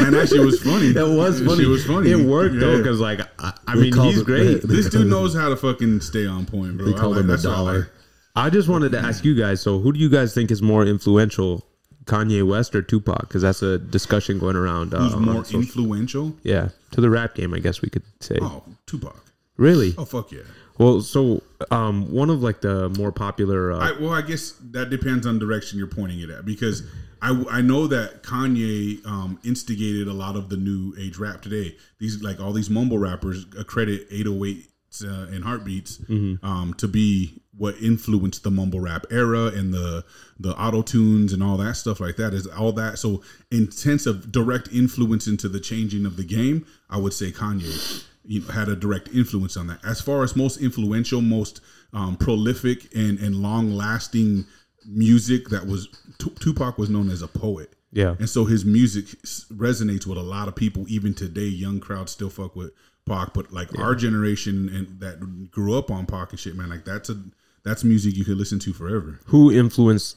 S1: man, that shit was
S3: [LAUGHS]
S1: funny.
S3: It
S1: [LAUGHS]
S3: was
S1: That
S3: funny.
S1: shit was funny.
S3: It worked though,
S1: Yeah.
S3: because like I, I
S2: They
S3: mean,
S2: called
S3: he's
S2: it-
S3: great.
S1: This dude knows how to fucking stay on point, bro.
S2: They
S1: I
S2: called
S1: like-
S2: him a
S1: that's what I like.
S2: dollar.
S3: I just wanted to ask you guys. So, who do you guys think is more influential, Kanye West or Tupac? Because that's a discussion going around. Uh,
S1: Who's
S3: on
S1: more
S3: social-
S1: influential?
S3: yeah, to the rap game, I guess we could say.
S1: Oh, Tupac.
S3: Really?
S1: Oh fuck yeah.
S3: Well, so um, one of like the more popular. Uh,
S1: I, well, I guess that depends on direction you're pointing it at because I, I know that Kanye um, instigated a lot of the new age rap today. These like all these mumble rappers uh, credit 808s uh, and heartbeats um, to be what influenced the mumble rap era and the the auto tunes and all that stuff like that is all that so intense of direct influence into the changing of the game. I would say Kanye you know, had a direct influence on that. As far as most influential, most um, prolific, and and long lasting music that was Tu- Tupac was known as a poet,
S3: yeah.
S1: and so his music s- resonates with a lot of people even today. Young crowds still fuck with Pac, but like our generation and that grew up on Pac and shit, man, like that's a that's music you could listen to forever.
S3: Who influenced?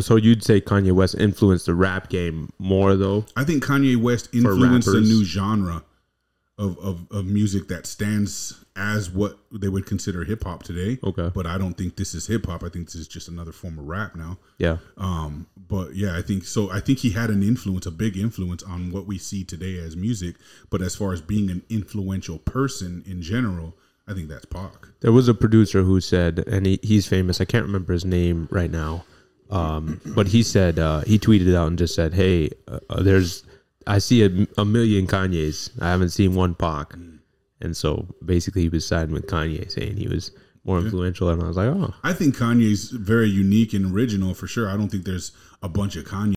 S3: So you'd say Kanye West influenced the rap game more though?
S1: I think Kanye West influenced a
S3: rappers.
S1: new genre of, of, of music that stands as what they would consider hip hop today.
S3: Okay.
S1: But I don't think this is hip hop. I think this is just another form of rap now.
S3: Yeah.
S1: Um, but yeah, I think so. I think he had an influence, a big influence on what we see today as music. But as far as being an influential person in general, I think that's Pac.
S3: There was a producer who said, and he, he's famous. I can't remember his name right now, um, but he said uh, he tweeted out and just said, "Hey, uh, uh, there's I see a, a million Kanyes. I haven't seen one Pac."
S1: Mm.
S3: And so basically, he was siding with Kanye, saying he was more influential. And I was like, "Oh,
S1: I think Kanye's very unique and original for sure. I don't think there's a bunch of Kanye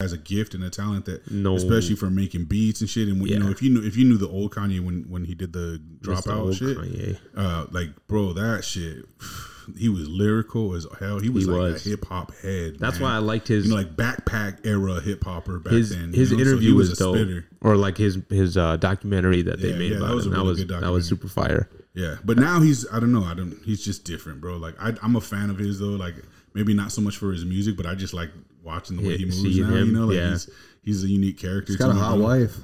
S1: has a gift and a talent that,
S3: No.
S1: especially for making beats and shit. And when, you know,
S3: Yeah.
S1: if you knew if you knew the old Kanye when when he did the
S3: Mr.
S1: dropout
S3: Old
S1: shit,
S3: Kanye."
S1: uh, like bro, that shit, [SIGHS] he was lyrical as hell. He was
S3: He
S1: like
S3: was.
S1: a hip hop head.
S3: That's
S1: man.
S3: why I liked his
S1: you know, like backpack era hip hopper back
S3: his
S1: then.
S3: his
S1: you know? So he
S3: interview was, dope,
S1: spitter.
S3: or like his his uh, documentary that they
S1: Yeah,
S3: made
S1: yeah, that
S3: about
S1: was a
S3: him. That
S1: really
S3: was
S1: good
S3: that was super fire.
S1: Yeah, but now he's I don't know I don't he's just different, bro. Like I, I'm a fan of his though. Like maybe not so much for his music, but I just like watching the way
S3: Yeah,
S1: he moves
S3: seeing
S1: now.
S3: him,
S1: you know, like
S3: yeah.
S1: he's he's a unique character.
S2: He's got a
S1: to me,
S2: hot
S1: bro.
S2: wife.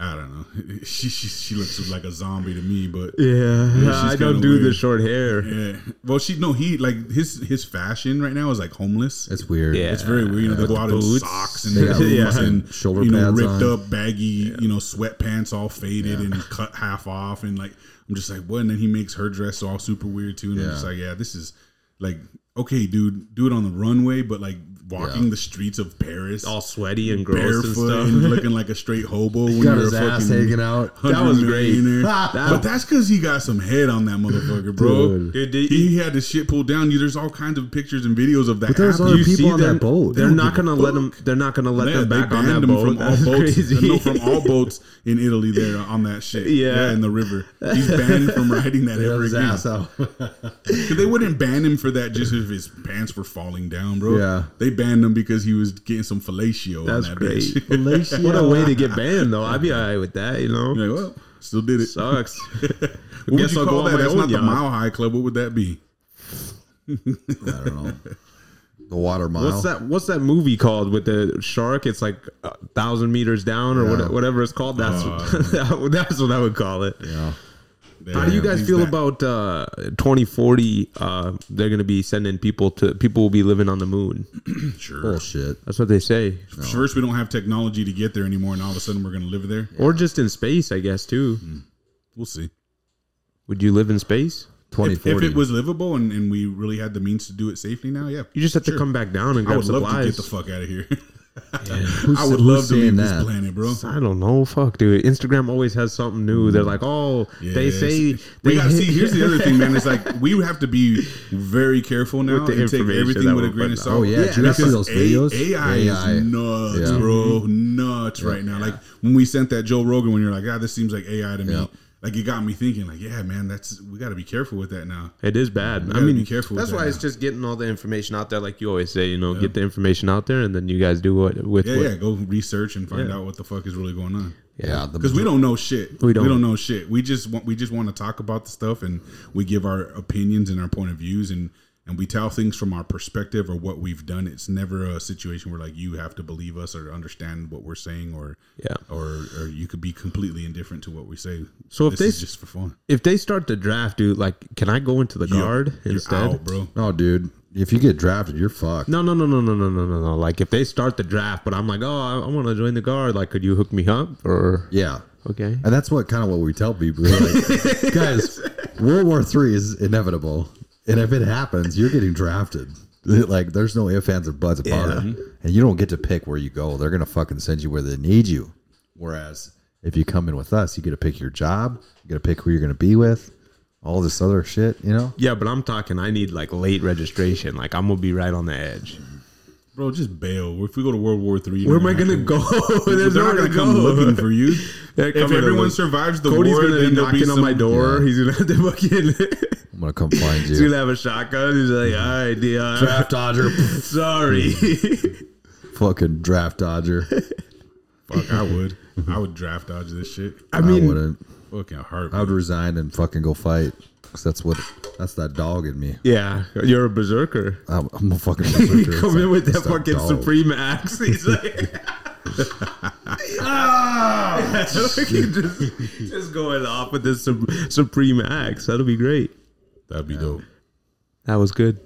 S1: I don't know. [LAUGHS] She, she she looks like a zombie to me, but
S3: Yeah,
S1: she's
S3: I don't
S1: kinda
S3: do the
S1: weird.
S3: short hair.
S1: yeah. Well, she no he like his his fashion right now is like homeless.
S2: It's weird.
S3: Yeah.
S1: It's very weird. You know, they
S3: With
S1: go
S3: the
S1: out in
S3: boots.
S1: socks
S2: [LAUGHS]
S1: and
S2: They got
S1: boots
S3: Yeah.
S1: and
S2: shoulder
S1: you know,
S2: pads
S1: ripped
S2: on.
S1: up, baggy, you know, sweatpants all faded and cut half off, and like I'm just like, what? And then he makes her dress all super weird too, and I'm
S2: Yeah.
S1: just like, yeah, this is like, okay, dude, do it on the runway, but like walking the streets of Paris
S3: all sweaty and gross and
S1: barefoot
S3: stuff.
S2: [LAUGHS]
S1: and, looking like a straight hobo when
S2: Got
S1: you're
S2: his
S1: a
S2: ass
S1: fucking
S2: hanging out.
S3: That was great.
S2: [LAUGHS]
S1: millionaire.
S2: That-
S1: but that's because he got some head on that motherfucker, bro.
S2: Dude.
S3: Dude, did-
S1: he had his shit pulled down. You- There's all kinds of pictures and videos of that.
S2: there's
S1: happening.
S2: other
S1: You
S2: people
S1: see
S2: on that
S1: them-
S2: boat.
S3: They're
S2: They
S3: not
S2: don't
S3: gonna let them. They're not gonna let
S1: yeah,
S3: them
S1: they
S3: back on
S1: banned
S3: that
S1: them
S3: boat.
S1: from all
S3: That's
S1: boats. [LAUGHS]
S3: crazy.
S1: No, from
S3: [LAUGHS]
S1: all boats in Italy. There on that shit.
S3: Yeah.
S1: in the river. He's banned from riding
S3: [LAUGHS]
S1: that
S2: Got
S1: ever
S2: his
S1: again.
S2: ass out. [LAUGHS]
S1: 'Cause they wouldn't ban him for that just if his pants were falling down, bro.
S2: Yeah.
S1: they banned him because he was getting some fellatio.
S3: That's
S1: on that [LAUGHS]
S3: great.
S1: Bitch.
S3: what a way to get banned, though. I'd be all right with that, you know.
S1: Like, well, still did it. [LAUGHS]
S3: Sucks.
S1: What would
S3: Guess
S1: you
S3: I'll
S1: call
S3: go on
S1: that?
S3: my
S1: That's
S3: own
S1: not the
S3: yacht.
S1: Mile High Club. What would that be?
S2: I don't know. The water mile.
S3: What's that? What's that movie called with the shark? It's like a thousand meters down or what-
S2: Yeah.
S3: whatever it's called. That's
S1: Uh,
S3: [LAUGHS] that, that's what I would call it.
S2: Yeah.
S3: How do you guys
S1: He's
S3: feel
S1: that-
S3: about uh, 2040? Uh, they're going to be sending people to people will be living on the moon. Oh,
S1: Sure.
S2: Bullshit.
S3: That's what they say.
S1: First, we don't have technology to get there anymore, and all of a sudden we're going to live there.
S3: Or just in space, I guess too.
S1: We'll see.
S3: Would you live in space?
S2: Twenty
S1: Hmm. If, if
S2: forty.
S1: it was livable and, and we really had the means to do it safely now, yeah.
S3: You just have to come back down and
S1: I
S3: grab
S1: would love
S3: supplies.
S1: to get the fuck out of here.
S2: [LAUGHS] Who's-
S1: I would
S2: who's
S1: love to
S2: saying
S1: leave
S2: that?
S1: this planet, bro.
S3: I don't know, fuck, dude. Instagram always has something new. They're like, oh, they
S1: Yes.
S3: say
S1: we
S3: they
S1: got to see.
S3: [LAUGHS]
S1: Here's the other thing, man. It's like we have to be very careful now
S3: the
S1: and take
S3: information
S1: everything
S3: that
S1: with a
S3: we're
S1: grain of
S3: putting out.
S1: salt.
S2: Oh, yeah, did you
S1: that's
S2: see
S1: just
S2: those
S1: A-
S2: videos?
S1: AI,
S2: AI.
S1: is nuts,
S2: Yeah.
S1: bro, nuts right now. Like when we sent that Joe Rogan, when you're like, ah, this seems like AI to me.
S2: Yeah.
S1: like it got me thinking, like, yeah, man, that's we got to be careful with that now.
S3: It is bad.
S1: We
S3: I
S1: gotta
S3: mean,
S1: be careful with
S3: That's
S1: that
S3: why it's
S1: now.
S3: just getting all the information out there, like you always say. You know,
S1: Yeah.
S3: get the information out there, and then you guys do what with
S1: Yeah,
S3: what
S1: yeah. Go research and find
S3: Yeah.
S1: out what the fuck is really going on.
S2: Yeah, the-
S1: Because we don't know shit.
S3: We don't.
S1: know shit. We just want we just want to talk about the stuff and we give our opinions and our point of views and and we tell things from our perspective or what we've done. It's never a situation where like you have to believe us or understand what we're saying or
S3: Yeah.
S1: or or you could be completely indifferent to what we say.
S3: So if
S1: this
S3: they
S1: is
S3: s-
S1: just for fun,
S3: If they start the draft, dude, like, can I go into the
S1: You're-
S3: guard
S1: you're
S3: instead?
S1: out, bro.
S2: No, Oh, dude. If you get drafted, you're fucked.
S3: No, no, no, no, no, no, no, no, no. Like, if they start the draft, but I'm like, oh, I, I want to join the guard. Like, could you hook me up? Or
S2: Yeah.
S3: okay,
S2: And that's what kind of what we tell people.
S1: [LAUGHS]
S2: We're like, guys, World War Three is inevitable, and if it happens, you're getting drafted. [LAUGHS] Like, there's no ifs, ands, or buts about it, and you don't get to pick where you go. They're gonna fucking send you where they need you. Whereas if you come in with us, you get to pick your job, you get to pick who you're gonna be with, all this other shit. You know?
S3: yeah, but I'm talking. I need like late registration. Like, I'm gonna be right on the edge.
S1: Bro, just bail. If we go to World War Three,
S3: Where am I gonna [LAUGHS] go?
S1: They're
S3: There's
S1: not
S3: nowhere
S1: gonna
S3: to
S1: come
S3: [LAUGHS]
S1: looking for you.
S3: They're
S1: if
S3: coming to
S1: everyone
S3: look.
S1: survives the
S3: Cody's
S1: war,
S3: gonna
S1: then
S3: be
S1: there'll be
S3: knocking on my
S1: some-
S3: door. He's gonna have to fucking. [LAUGHS]
S2: I'm gonna
S1: [LAUGHS]
S2: come find
S3: He's
S2: you.
S3: gonna have a shotgun. He's like, all right, Dion. [LAUGHS]
S2: Draft dodger,
S3: Sorry.
S2: fucking draft dodger.
S1: Fuck, I would. I would draft dodge this shit.
S3: [LAUGHS] I
S2: I,
S3: mean,
S2: wouldn't.
S1: Fucking heart.
S2: I would resign and fucking go fight. 'Cause that's what. That's that dog in me.
S3: yeah, you're a berserker.
S2: I'm, I'm a
S3: [LAUGHS]
S2: fucking
S3: He
S2: berserker.
S3: come
S2: It's
S3: in
S2: like,
S3: with that
S2: it's a
S3: fucking
S2: dog.
S3: supreme axe. [LAUGHS] He's like, ah, [LAUGHS] just, just going off with this sup- supreme axe. That'll be great.
S1: That'd be dope.
S3: That was good.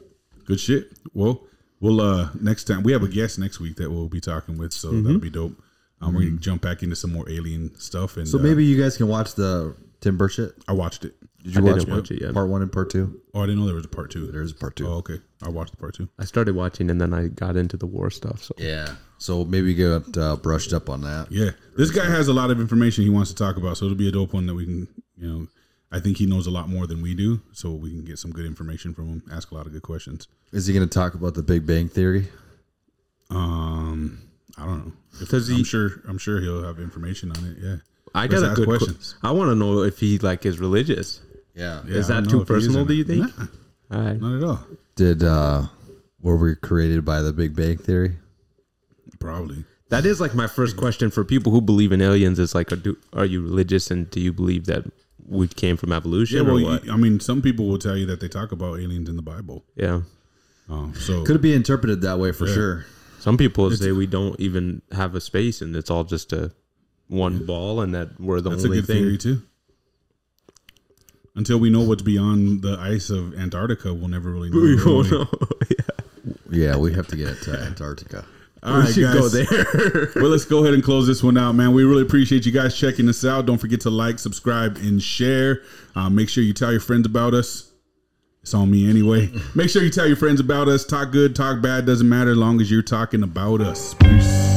S1: Good shit. Well, we'll uh next time we have a
S3: Mm-hmm.
S1: guest next week that we'll be talking with, so that'll be dope. Um, We're
S3: Mm-hmm.
S1: gonna jump back into some more alien stuff, and uh,
S2: So maybe you guys can watch the Tim Burchett.
S1: I watched it.
S2: Did you
S3: I
S2: watch,
S3: didn't watch it yet.
S2: part one and part two?
S1: Oh, I didn't know there was a part two.
S2: There's part two.
S1: Oh, okay. I watched the part two.
S3: I started watching and then I got into the war stuff. So
S2: Yeah. So maybe you get uh, brushed up on that.
S1: Yeah, this guy has a lot of information he wants to talk about, so it'll be a dope one that we can, you know, I think he knows a lot more than we do, so we can get some good information from him. Ask a lot of good questions.
S2: Is he going to talk about the Big Bang Theory?
S1: Um, I don't know. If-
S3: Does he-
S1: I'm sure. I'm sure he'll have information on it. Yeah.
S3: I
S1: Let's
S3: got a
S1: ask
S3: good question.
S1: questions.
S3: I want to know if he like is religious.
S2: Yeah.
S1: Yeah,
S3: Is
S1: I
S3: that
S1: don't
S3: too
S1: know if he is
S3: personal,
S1: or
S3: do you
S1: not.
S3: think?
S1: Nah,
S3: All right.
S1: not at all.
S2: Did uh, were we created by the Big Bang Theory?
S1: Probably.
S3: That is like my first question for people who believe in aliens. Is like, are, do, are you religious and do you believe that we came from evolution
S1: Yeah. Well,
S3: or what?
S1: you- I mean, some people will tell you that they talk about aliens in the Bible.
S3: yeah.
S1: Um, so
S2: Could it be interpreted that way for sure?
S3: Some people say we don't even have a space and it's all just a one ball and that we're the
S1: that's a
S3: only
S1: good
S3: thing.
S1: theory too. Until we know what's beyond the ice of Antarctica, we'll never really know.
S3: [LAUGHS] [LAUGHS] We
S1: will
S3: won't
S1: we?
S3: know.
S2: Yeah, we have to get to Antarctica.
S1: All right,
S3: we should
S1: guys.
S3: go there.
S1: [LAUGHS] well, let's go ahead and close this one out, man. We really appreciate you guys checking us out. Don't forget to like, subscribe, and share. Uh, make sure you tell your friends about us. It's on me
S3: [LAUGHS]
S1: anyway. Make sure you tell your friends about us. Talk good, talk bad, doesn't matter as long as you're talking about us. Peace.